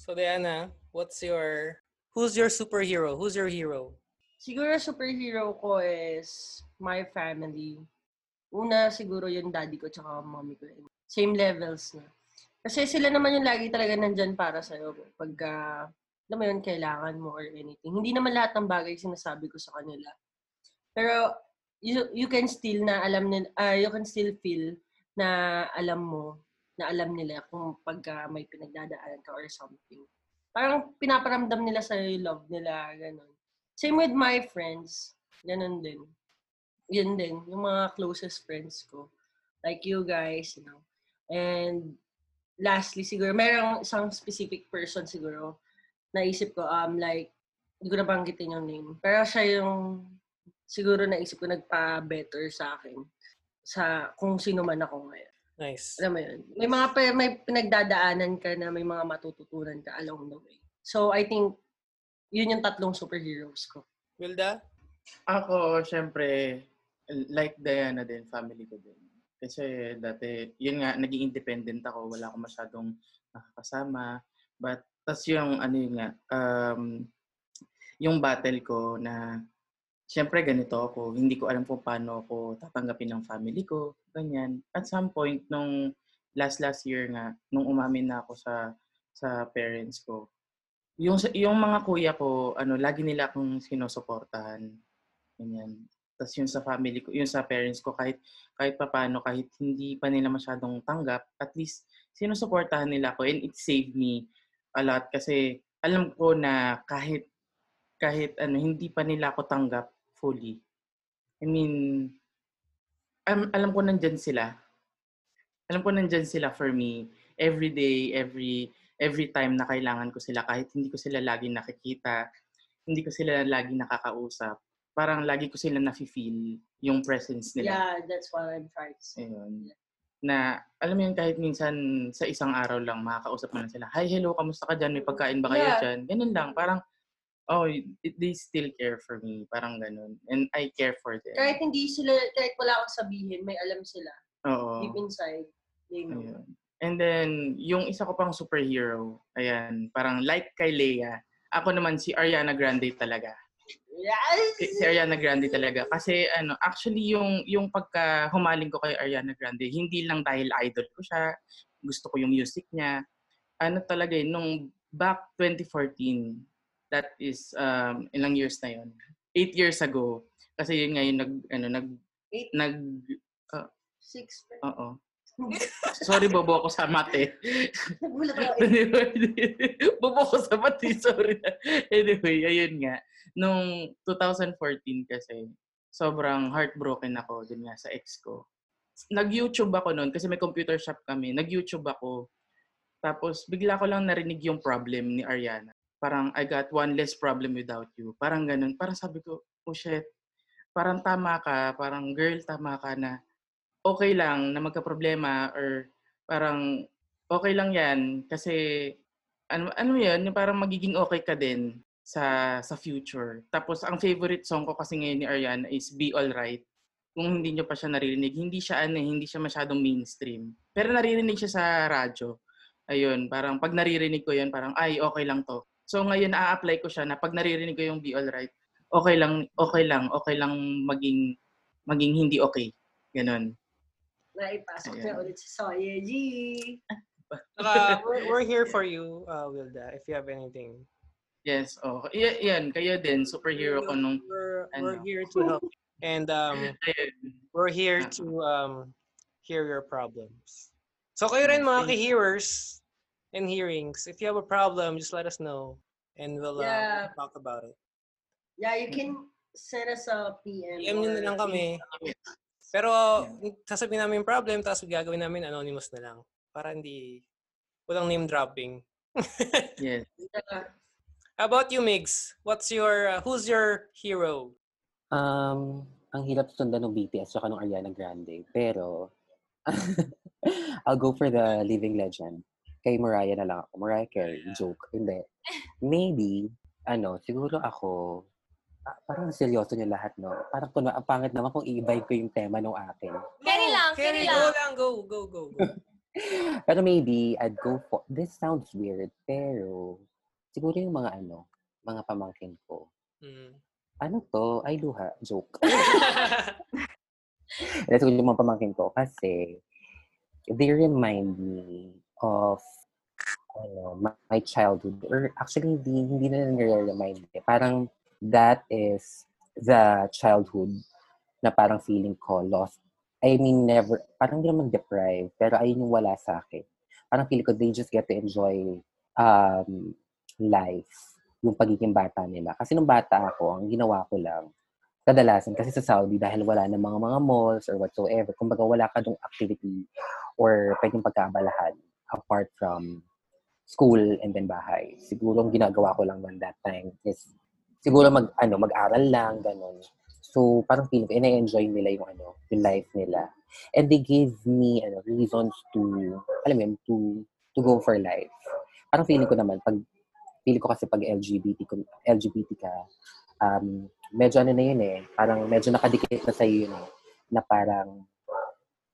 S1: So, Diana, what's your... Who's your superhero? Who's your hero?
S2: Siguro superhero ko is my family. Una siguro yung daddy ko tsaka mommy ko. Same levels na. Kasi sila naman yung lagi talaga nandyan para sa'yo pag ah, alam mo yun, kailangan mo or anything. Hindi naman lahat ng bagay sinasabi ko sa kanila. Pero you, you can still na alam nila, ah, you can still feel na alam mo, na alam nila kung pag ah, may pinagdadaanan ka or something. Parang pinaparamdam nila sa'yo yung love nila, ganun. Same with my friends. Ganun din. Yun din. Yung mga closest friends ko. Like you guys, you know. And lastly, siguro, merong isang specific person siguro naisip ko, um, like, hindi ko nabanggitin yung name. Pero siya yung siguro naisip ko nagpa-better sa akin sa kung sino man ako ngayon.
S1: Nice.
S2: Alam mo yun. May mga pa- may pinagdadaanan ka na may mga matututunan ka along the way. So I think yun yung tatlong superheroes ko.
S1: Wilda?
S4: Ako, syempre, like Diana din, family ko din. Kasi dati, yun nga, naging independent ako. Wala akong masyadong nakakasama. But, Tapos yung, ano yun nga, um, yung battle ko na, syempre ganito ako, hindi ko alam kung paano ako tatanggapin ng family ko, ganyan. At some point, nung last last year nga, nung umamin na ako sa sa parents ko, yung, sa- yung mga kuya ko, ano, lagi nila akong sinusuportahan. Ganyan. Tapos yung sa family ko, yung sa parents ko, kahit, kahit papaano, kahit hindi pa nila masyadong tanggap, at least sinusuportahan nila ako and it saved me a lot kasi alam ko na kahit kahit ano hindi pa nila ako tanggap fully. I mean am- alam ko nandyan sila. Alam ko nandyan sila for me every day, every every time na kailangan ko sila kahit hindi ko sila lagi nakikita, hindi ko sila lagi nakakausap. Parang lagi ko sila nafe-feel yung presence nila.
S2: Yeah, that's what I'm trying to say.
S4: Ayun. Na, alam mo yun, kahit minsan sa isang araw lang, makakausap mo na sila. Hi, hello, kamusta ka dyan? May pagkain ba kayo
S2: Yeah.
S4: dyan? Ganun lang. Parang, oh, it- they still care for me. Parang ganun. And I care for them.
S2: Kahit hindi sila, kahit wala akong sabihin, may alam sila.
S4: Oo.
S2: Deep inside, they know.
S4: Ayun. And then, yung isa ko pang superhero, ayan, parang like kay Lea, ako naman si Ariana Grande talaga.
S2: Yes!
S4: Si, si Ariana Grande talaga. Kasi ano, actually yung yung pagka humaling ko kay Ariana Grande, hindi lang dahil idol ko siya, gusto ko yung music niya. Ano talaga yun, nung back 2014, that is um, ilang years na yun? Eight years ago. Kasi yun nga yung nag, ano, nag,
S2: Eight?
S4: nag,
S2: Six.
S4: oo. Sorry, bobo ako sa mate.
S2: Nagulat ako. eh.
S4: anyway, bobo ko sa mati, sorry. Anyway, ayun nga. Nung 2014 kasi, sobrang heartbroken ako dun nga sa ex ko. Nag-YouTube ako noon kasi may computer shop kami. Nag-YouTube ako. Tapos bigla ko lang narinig yung problem ni Ariana. Parang I got one less problem without you. Parang ganun. Parang sabi ko, oh shit. Parang tama ka. Parang girl, tama ka na okay lang na magka-problema or parang okay lang yan kasi ano ano yun, yung parang magiging okay ka din sa sa future. Tapos ang favorite song ko kasi ngayon ni Ariana is Be Alright. Kung hindi niyo pa siya naririnig, hindi siya ano, eh, hindi siya masyadong mainstream. Pero naririnig siya sa radyo. Ayun, parang pag naririnig ko 'yun, parang ay okay lang 'to. So ngayon a-apply ko siya na pag naririnig ko yung Be Alright, okay lang, okay lang, okay lang maging maging hindi okay. Ganun.
S2: Naipasok
S4: Ayan.
S2: na ulit si Soye G.
S1: Saka, Uh, we're, we're here for you, uh, Wilda, if you have anything.
S4: Yes, oh. Y- yan, kayo din, superhero ko nung...
S1: We're, we're
S4: ano.
S1: here to help. you. And um,
S4: Ayun.
S1: we're here
S4: Ah.
S1: to um, hear your problems. So kayo rin mga ka-hearers and hearings, if you have a problem, just let us know and we'll uh,
S2: Yeah.
S1: talk about it.
S2: Yeah, you can send us a PM.
S1: DM nyo na
S2: or-
S1: lang kami. Pero sasabihin namin yung problem, tapos gagawin namin anonymous na lang. Para hindi, walang name dropping.
S4: Yes.
S2: Yeah.
S1: How about you, Migs? What's your, uh, who's your hero?
S5: Um, ang hirap sundan ng BTS at ng Ariana Grande. Pero, I'll go for the living legend. Kay Mariah na lang ako. Mariah Carey. Joke. Hindi. Maybe, ano, siguro ako, ah, parang seryoso niya lahat, no? Parang kuno, ang pangit naman kung i-vibe ko yung tema ng akin.
S6: Carry
S1: Go,
S6: lang, carry
S1: Go
S6: lang.
S1: lang, go, go, go, go.
S5: Pero maybe, I'd go for, this sounds weird, pero, siguro yung mga ano, mga pamangkin ko.
S1: Mm.
S5: Ano to? Ay, luha. Joke. That's yung mga pamangkin ko kasi they remind me of ano, my, my childhood. Or actually, hindi, hindi na nire-remind. eh. Parang that is the childhood na parang feeling ko lost. I mean, never, parang hindi naman deprived, pero ayun yung wala sa akin. Parang feeling ko they just get to enjoy um, life, yung pagiging bata nila. Kasi nung bata ako, ang ginawa ko lang, kadalasan kasi sa Saudi dahil wala ng mga mga malls or whatsoever. Kumbaga wala ka dong activity or pwedeng pagkaabalahan apart from school and then bahay. Siguro ang ginagawa ko lang man that time is siguro mag ano mag-aral lang ganun. So parang feeling ko ina-enjoy nila yung ano, yung life nila. And they gave me ano reasons to alam mo yun, to to go for life. Parang feeling ko naman pag feeling ko kasi pag LGBT ko- LGBT ka um, medyo ano na yun eh, parang medyo nakadikit na sa'yo yun eh, na parang,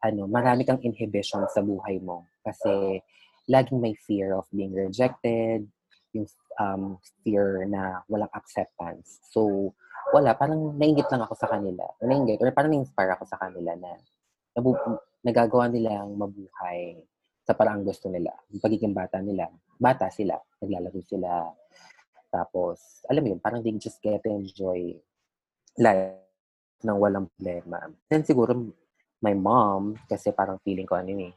S5: ano, marami kang inhibition sa buhay mo. Kasi, laging may fear of being rejected, yung um, fear na walang acceptance. So, wala. Parang nainggit lang ako sa kanila. Nainggit. Or parang na-inspire ako sa kanila na nabu- nagagawa nilang mabuhay sa paraang gusto nila. Yung pagiging bata nila. Bata sila. Naglalaro sila. Tapos, alam mo yun, parang they just get to enjoy life nang walang problema. Then siguro, my mom, kasi parang feeling ko ano yun eh,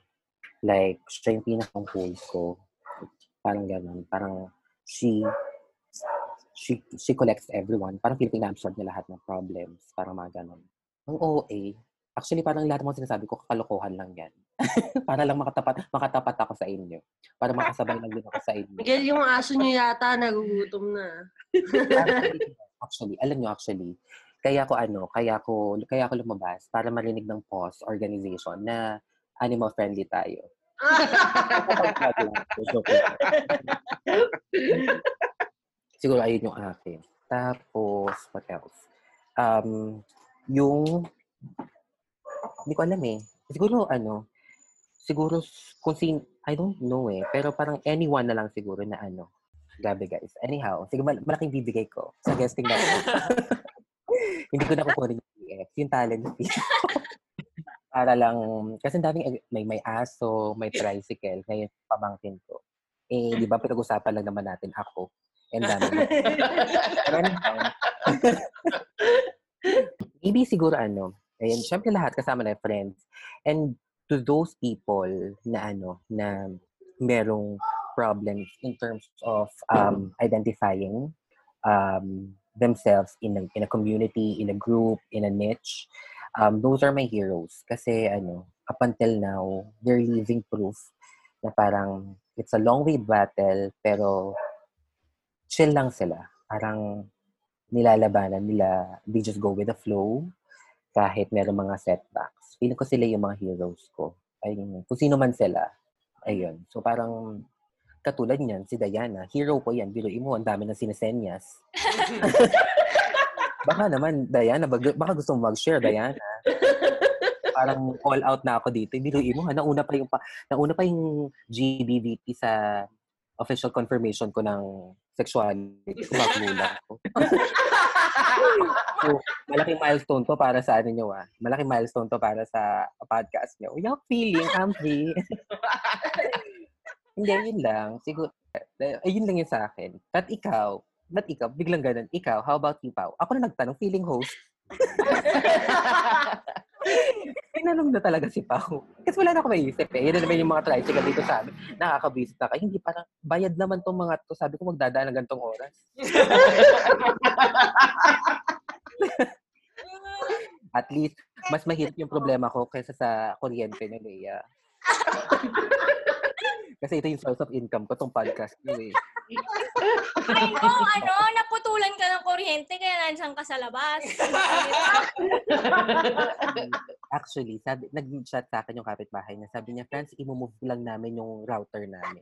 S5: like, siya yung pinakang hold ko. Parang ganun. Parang she, she, she collects everyone. Parang feeling ko na-absorb niya lahat ng problems. Parang mga ganun. Ang OA, actually parang lahat ng mga sinasabi ko, kakalokohan lang yan. para lang makatapat, makatapat ako sa inyo. Para makasabay lang din ako sa inyo.
S2: Miguel, yung aso niyo yata, nagugutom na.
S5: actually, actually, alam nyo actually, kaya ko ano, kaya ko, kaya ko lumabas para marinig ng POS organization na animal friendly tayo. Joke lang. Siguro ayun yung akin. Tapos, what else? Um, yung, hindi ko alam eh. Siguro ano, siguro kung sin, I don't know eh. Pero parang anyone na lang siguro na ano, Grabe guys. Anyhow, sige, mal- malaking bibigay ko sa guesting na to. Hindi ko na kukunin yung PF. Yung talent fee. Para lang, kasi ang daming, ag- may, may aso, may tricycle, ngayon pamangkin ko. Eh, di ba pinag-usapan lang naman natin ako. And dami ko. Pero anyhow, Maybe siguro ano, ayun, syempre lahat kasama na yung friends. And to those people na ano, na merong problems in terms of um, identifying um, themselves in a, in a community, in a group, in a niche. Um, those are my heroes. Kasi ano, up until now, they're living proof na parang it's a long way battle pero chill lang sila. Parang nilalabanan nila, they just go with the flow kahit meron mga setbacks. Feeling ko sila yung mga heroes ko. Ayun, kung sino man sila. Ayun. So parang katulad niyan, si Diana, hero po yan. Biruin mo, ang dami ng sinesenyas. baka naman, Diana, bag- baka gusto mo mag-share, Diana. parang all out na ako dito. Biruin mo, ha? Nauna pa yung, pa, nauna pa yung GBVP sa official confirmation ko ng sexuality. Kumagulang ko. so, malaking milestone to para sa ano nyo ah. Malaking milestone to para sa podcast nyo. Yung feeling, Humphrey. Hindi, yun lang. Siguro, eh, yun lang yun sa akin. But ikaw, but ikaw, biglang ganun. Ikaw, how about you, Pao? Ako na nagtanong, feeling host. Tinanong na talaga si Pao. Kasi wala na ako maisip eh. Yan na naman yung mga tricycle dito sa amin. Nakakabisit na kayo. Hindi parang, bayad naman tong mga to. Sabi ko, magdadaan ng gantong oras.
S6: Mm.
S5: At least, mas mahirap yung problema ko kaysa sa kuryente ni Lea. Kasi ito yung source of income ko, tong podcast ko eh.
S6: Ay, no, ano, naputulan ka ng kuryente kaya nandiyan ka sa labas.
S5: Actually, sabi, nag-chat sa akin yung kapitbahay niya. Sabi niya, Franz, imumove lang namin yung router namin.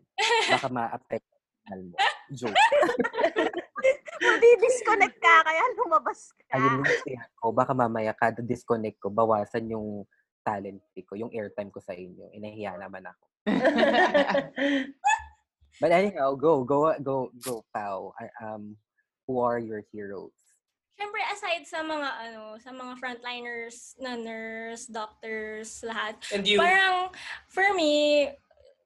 S5: Baka ma-affect ang signal mo. Joke.
S3: Di-disconnect ka, kaya lumabas ka.
S5: Ayun yung siya ko. Baka mamaya kada disconnect ko, bawasan yung talent fee ko, yung airtime ko sa inyo. Inahiya naman ako. But anyhow, go, go, go, go, Pao. Uh, Um, who are your heroes?
S6: Siyempre, aside sa mga, ano, sa mga frontliners na nurse, doctors, lahat,
S1: And you,
S6: Parang, for me,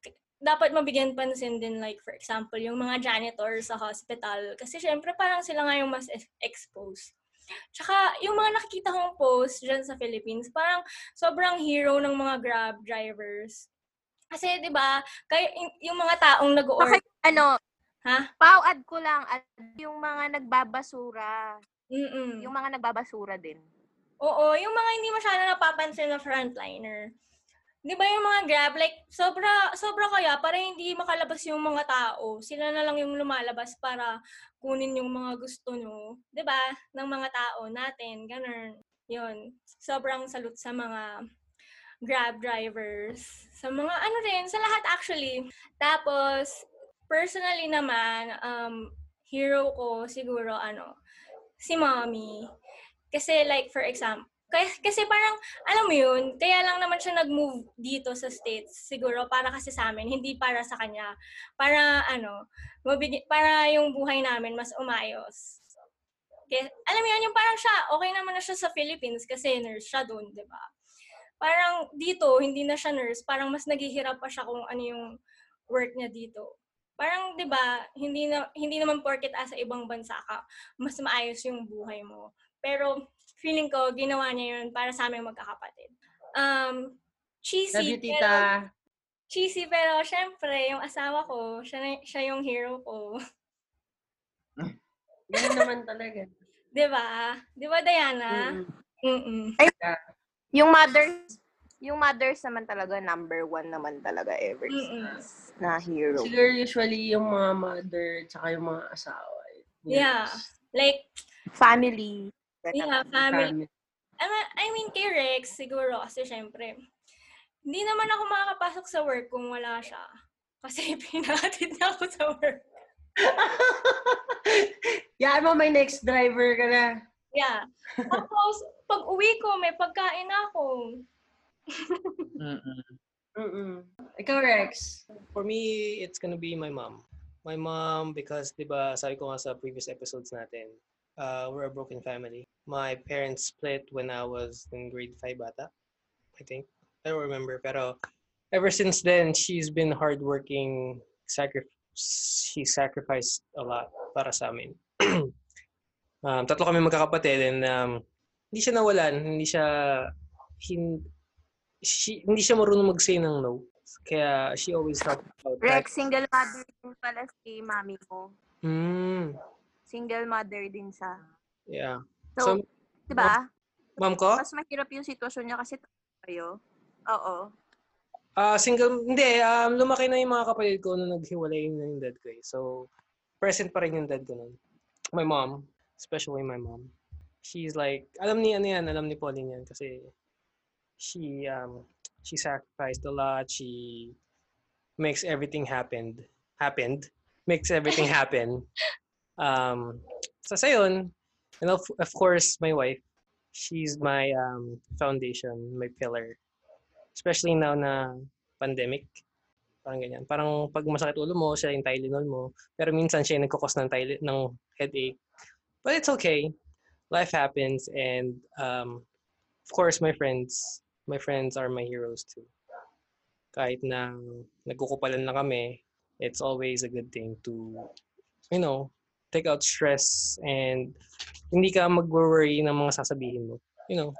S6: k- dapat mabigyan pansin din, like, for example, yung mga janitor sa hospital. Kasi, syempre, parang sila nga yung mas ex- exposed. Tsaka, yung mga nakikita kong post dyan sa Philippines, parang sobrang hero ng mga Grab drivers. Kasi, di ba, kayo, y- yung mga taong nag-order,
S3: Bakit, ano,
S6: ha?
S3: pau add ko lang, add yung mga nagbabasura.
S6: Mm-mm.
S3: Yung mga nagbabasura din.
S6: Oo, yung mga hindi masyado napapansin na frontliner. Di ba yung mga grab, like, sobra, sobra kaya para hindi makalabas yung mga tao. Sila na lang yung lumalabas para kunin yung mga gusto nyo. Di ba? Ng mga tao natin, ganun. Yun. Sobrang salute sa mga grab drivers. Sa mga ano rin, sa lahat actually. Tapos, personally naman, um, hero ko siguro, ano, si mommy. Kasi like, for example, Kaya, kasi parang, alam mo yun, kaya lang naman siya nag-move dito sa States, siguro, para kasi sa amin, hindi para sa kanya. Para, ano, mabigay, para yung buhay namin mas umayos. Kaya, alam mo yun, yung parang siya, okay naman na siya sa Philippines kasi nurse siya doon, di ba? Parang dito, hindi na siya nurse, parang mas naghihirap pa siya kung ano yung work niya dito. Parang 'di ba, hindi na hindi naman porket asa ibang bansa ka, mas maayos yung buhay mo. Pero feeling ko ginawa niya 'yun para sa aming magkakapatid.
S2: Love
S6: Um
S2: you,
S6: cheesy pero
S2: tita.
S6: cheesy pero syempre yung asawa ko, siya na- siya yung hero ko.
S2: Ganun naman talaga.
S6: 'Di ba? 'Di ba
S1: Ah.
S6: Diana?
S2: Mm-mm.
S6: Mm.
S3: Yung mothers, yung mothers naman talaga, number one naman talaga ever.
S6: Mm.
S3: Na hero.
S2: Siguro usually yung mga mother tsaka yung mga asawa. Yes.
S6: Yeah. Like,
S3: Family.
S6: yeah, family
S2: Family.
S6: Ang- I mean, kay Rex, siguro, kasi syempre, hindi naman ako makakapasok sa work kung wala siya. Kasi pinatid niya ako sa work.
S2: Yan mo, may next driver ka na.
S6: Yeah. Tapos, pag uwi ko, may pagkain ako.
S4: Mm-mm.
S2: Mm-mm. Ikaw, Rex.
S1: For me, it's gonna be my mom. My mom, because, di ba, sabi ko nga sa previous episodes natin, uh, we're a broken family. My parents split when I was in grade 5 bata, I think. I don't remember. Pero ever since then, she's been hardworking. Sacri- she sacrificed a lot para sa amin. um, tatlo kami magkakapatid and um, hindi siya nawalan. Hindi siya... Hin- she, hindi siya marunong mag-say ng no. Kaya she always helped out.
S3: Rex, single mother din pala si mami mo.
S1: Mm,
S3: Single mother din siya.
S1: yeah.
S3: So,
S1: So,
S3: di ba?
S1: ma'am ko?
S3: Mas mahirap yung sitwasyon niya kasi kayo. Oo.
S1: Ah, single, hindi, um, lumaki na yung mga kapatid ko nung naghiwalay na yung dad ko eh. So, present pa rin yung dad ko nun. My mom, especially my mom. She's like, alam ni ano yan, alam ni Pauline yan kasi she, um, she sacrificed a lot. She makes everything happened. Happened. Makes everything happen. Um, so, sa yun. And of, of course, my wife. She's my um, foundation, my pillar. Especially now na pandemic. Parang ganyan. Parang pag masakit ulo mo, siya yung Tylenol mo. Pero minsan siya yung nagkakos ng, tylen- ng headache. But it's okay. Life happens and um, of course my friends, my friends are my heroes too. Kahit na nagkukupalan lang kami, it's always a good thing to, you know, take out stress and hindi ka mag-worry ng mga sasabihin mo. You know,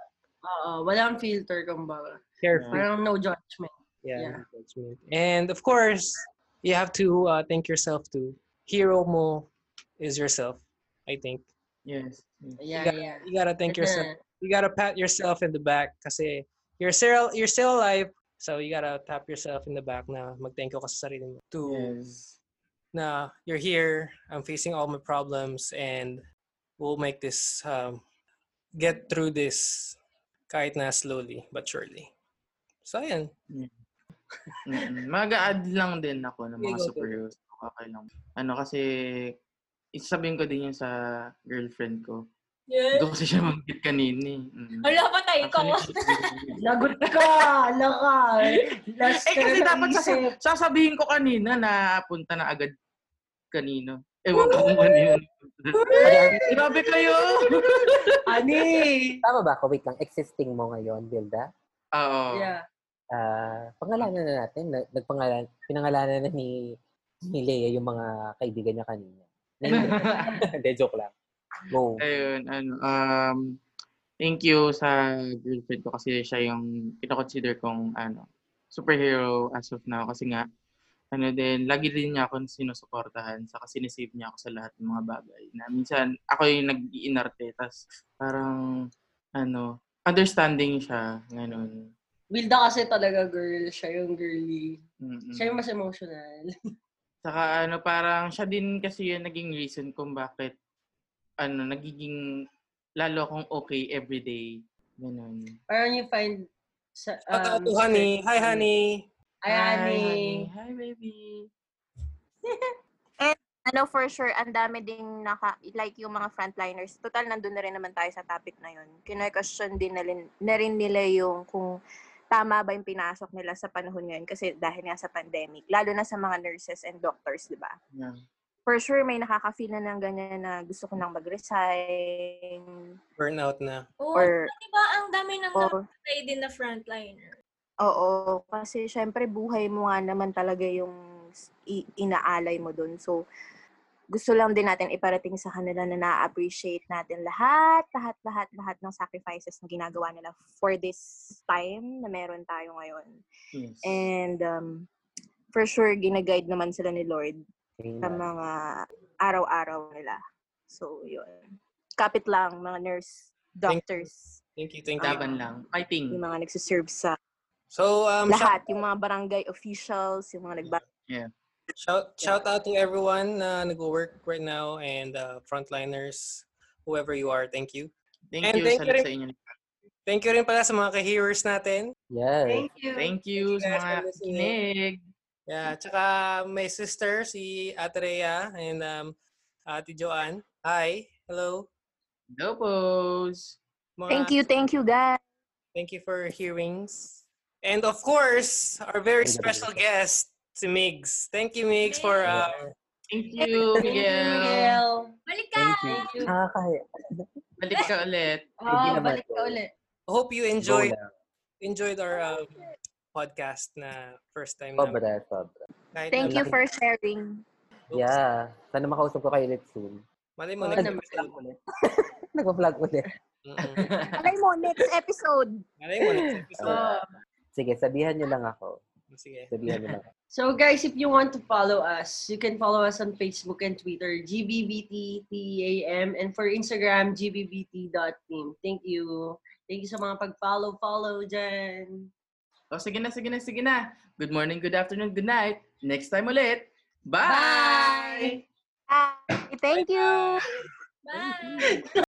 S2: Oo, walang filter, kumbaga.
S1: carefree.
S2: Parang no judgment.
S1: Yeah,
S2: Yeah.
S1: no judgment. And of course, you have to uh, thank yourself too. Hero mo is yourself, I think.
S4: Yes. yes.
S2: Yeah,
S1: Ikaw-
S2: yeah.
S1: You gotta thank
S2: Yun
S1: yourself.
S2: na.
S1: You gotta pat yourself in the back kasi you're still, you're still alive. So you gotta tap yourself in the back na mag-thank you ka sa sarili mo. To,
S4: Yes.
S1: na you're here, I'm facing all my problems and we'll make this, um, get through this kahit na slowly but surely. So ayan.
S4: Mm-mm. Mag-add lang din ako ng
S1: Sige,
S4: mga
S1: go, go.
S4: superheroes. Okay lang. Ano kasi, isasabihin ko din yun sa girlfriend ko.
S6: Yes.
S4: Hindi ko kasi siya mag-get kanina eh. Mm.
S6: Wala patay ko.
S4: Actually,
S2: Lagot ka! Laka! Last
S4: eh kasi
S2: ka
S4: dapat kasi
S2: naisip.
S4: sasabihin ko kanina na punta na agad kanino. Ewan ko kung ano yun.
S5: Ano,
S4: Grabe kayo!
S2: Ani!
S5: Tama ba ako? Wait lang. Existing mo ngayon, Bilda?
S1: Oh.
S4: Oo.
S2: Yeah.
S5: Ah, pangalanan na natin. Na- Nagpangalan, pinangalanan na ni, ni Lea yung mga kaibigan niya kanina. Hindi, joke lang. Go.
S4: Ayun, ano, um, thank you sa girlfriend ko kasi siya yung kinoconsider kong ano, superhero as of now kasi nga ano din, lagi din niya ako sinusuportahan saka sinisave niya ako sa lahat ng mga bagay na minsan ako yung nag-iinarte tas parang ano, understanding siya, ganun.
S2: Wilda kasi talaga girl. Siya yung girly.
S4: Mm-mm.
S2: Siya yung mas emotional.
S4: Saka ano, parang siya din kasi yung naging reason kung bakit ano, nagiging lalo akong okay everyday. Ganun.
S2: Parang you find sa,
S1: Shout out to
S2: um,
S1: Honey. Hi, Honey.
S2: Ay, honey.
S4: Hi, honey. Hi, baby.
S3: ano for sure, ang dami ding naka, like yung mga frontliners. Total, nandun na rin naman tayo sa topic na yun. Kino-question din na rin, na rin nila yung kung tama ba yung pinasok nila sa panahon ngayon kasi dahil nga sa pandemic. Lalo na sa mga nurses and doctors, di ba?
S4: Yeah.
S3: For sure, may nakaka-feel na ng ganyan na gusto ko nang mag-resign.
S1: Burnout na.
S6: Oo,
S3: Or,
S6: Oh, di ba ang dami nang
S3: or
S6: napatay din na frontliner?
S3: Oo, kasi syempre buhay mo nga naman talaga yung s- i- inaalay mo dun. So, gusto lang din natin iparating sa kanila na na-appreciate natin lahat, lahat, lahat, lahat ng sacrifices na ginagawa nila for this time na meron tayo ngayon.
S4: Yes.
S3: And um, for sure, ginaguide naman sila ni Lord sa mga araw-araw nila. So, yun. Kapit lang, mga nurse,
S1: Thank-
S3: doctors,
S1: Thank you, thank you.
S4: Laban lang. Fighting.
S3: yung mga nagsiserve sa
S1: So, um, shout-
S3: lahat, yung mga barangay officials, yung mga nagba
S1: Shout shout out to everyone na nag-work right now and uh, frontliners, whoever you are, thank you.
S4: Thank
S1: And
S4: you
S1: thank
S4: sa,
S1: you rin-
S4: sa inyo.
S1: Thank you rin pala sa mga ka-hearers natin.
S5: Yes.
S2: Thank you.
S4: Thank you
S1: Thank you guys
S4: sa
S1: for
S4: mga
S1: listening.
S4: kinig.
S1: Yeah,
S3: Mm-hmm.
S1: tsaka my sister, si Ate Rhea and um, Ate Joanne. Hi, hello.
S4: Dobos.
S1: Mga,
S3: Thank you, thank you guys.
S1: Thank you for your hearings. And of course, our very special guest, si Migs. Thank you, Migs, for uh,
S4: Thank you,
S2: Thank you,
S4: Miguel.
S2: Miguel.
S6: Balik ka!
S5: Thank you.
S2: Thank you.
S5: Nakakaya.
S4: Balik ka ulit.
S5: Thank you
S2: Oh,
S5: naman,
S2: balik ka
S5: Tol.
S2: ulit.
S1: hope you
S5: Go
S1: enjoyed
S5: lang.
S1: enjoyed our um, podcast na first time namin.
S5: Sobra, sobra.
S1: Kahit
S3: Thank you for sharing.
S1: Oops.
S5: Yeah. Sana makausap ko kayo ulit soon.
S1: Malay mo,
S2: Oo
S1: next
S2: naman.
S1: episode.
S5: Nag-vlog ulit.
S1: Mm-mm.
S3: Alay mo, next episode.
S1: Malay mo, next episode.
S2: Oh.
S5: Sige, sabihan niyo lang ako.
S1: Sige.
S5: Sabihan niyo lang ako.
S2: So guys, if you want to follow us, you can follow us on Facebook and Twitter, GBBTTEAM, and for Instagram, GBBT.team. Thank you. Thank you sa mga pag-follow, follow dyan.
S4: O Oh, sige na, sige na, sige na. Good morning, good afternoon, good night. Next time ulit. Bye!
S2: Bye!
S3: Bye. Thank you.
S6: Bye!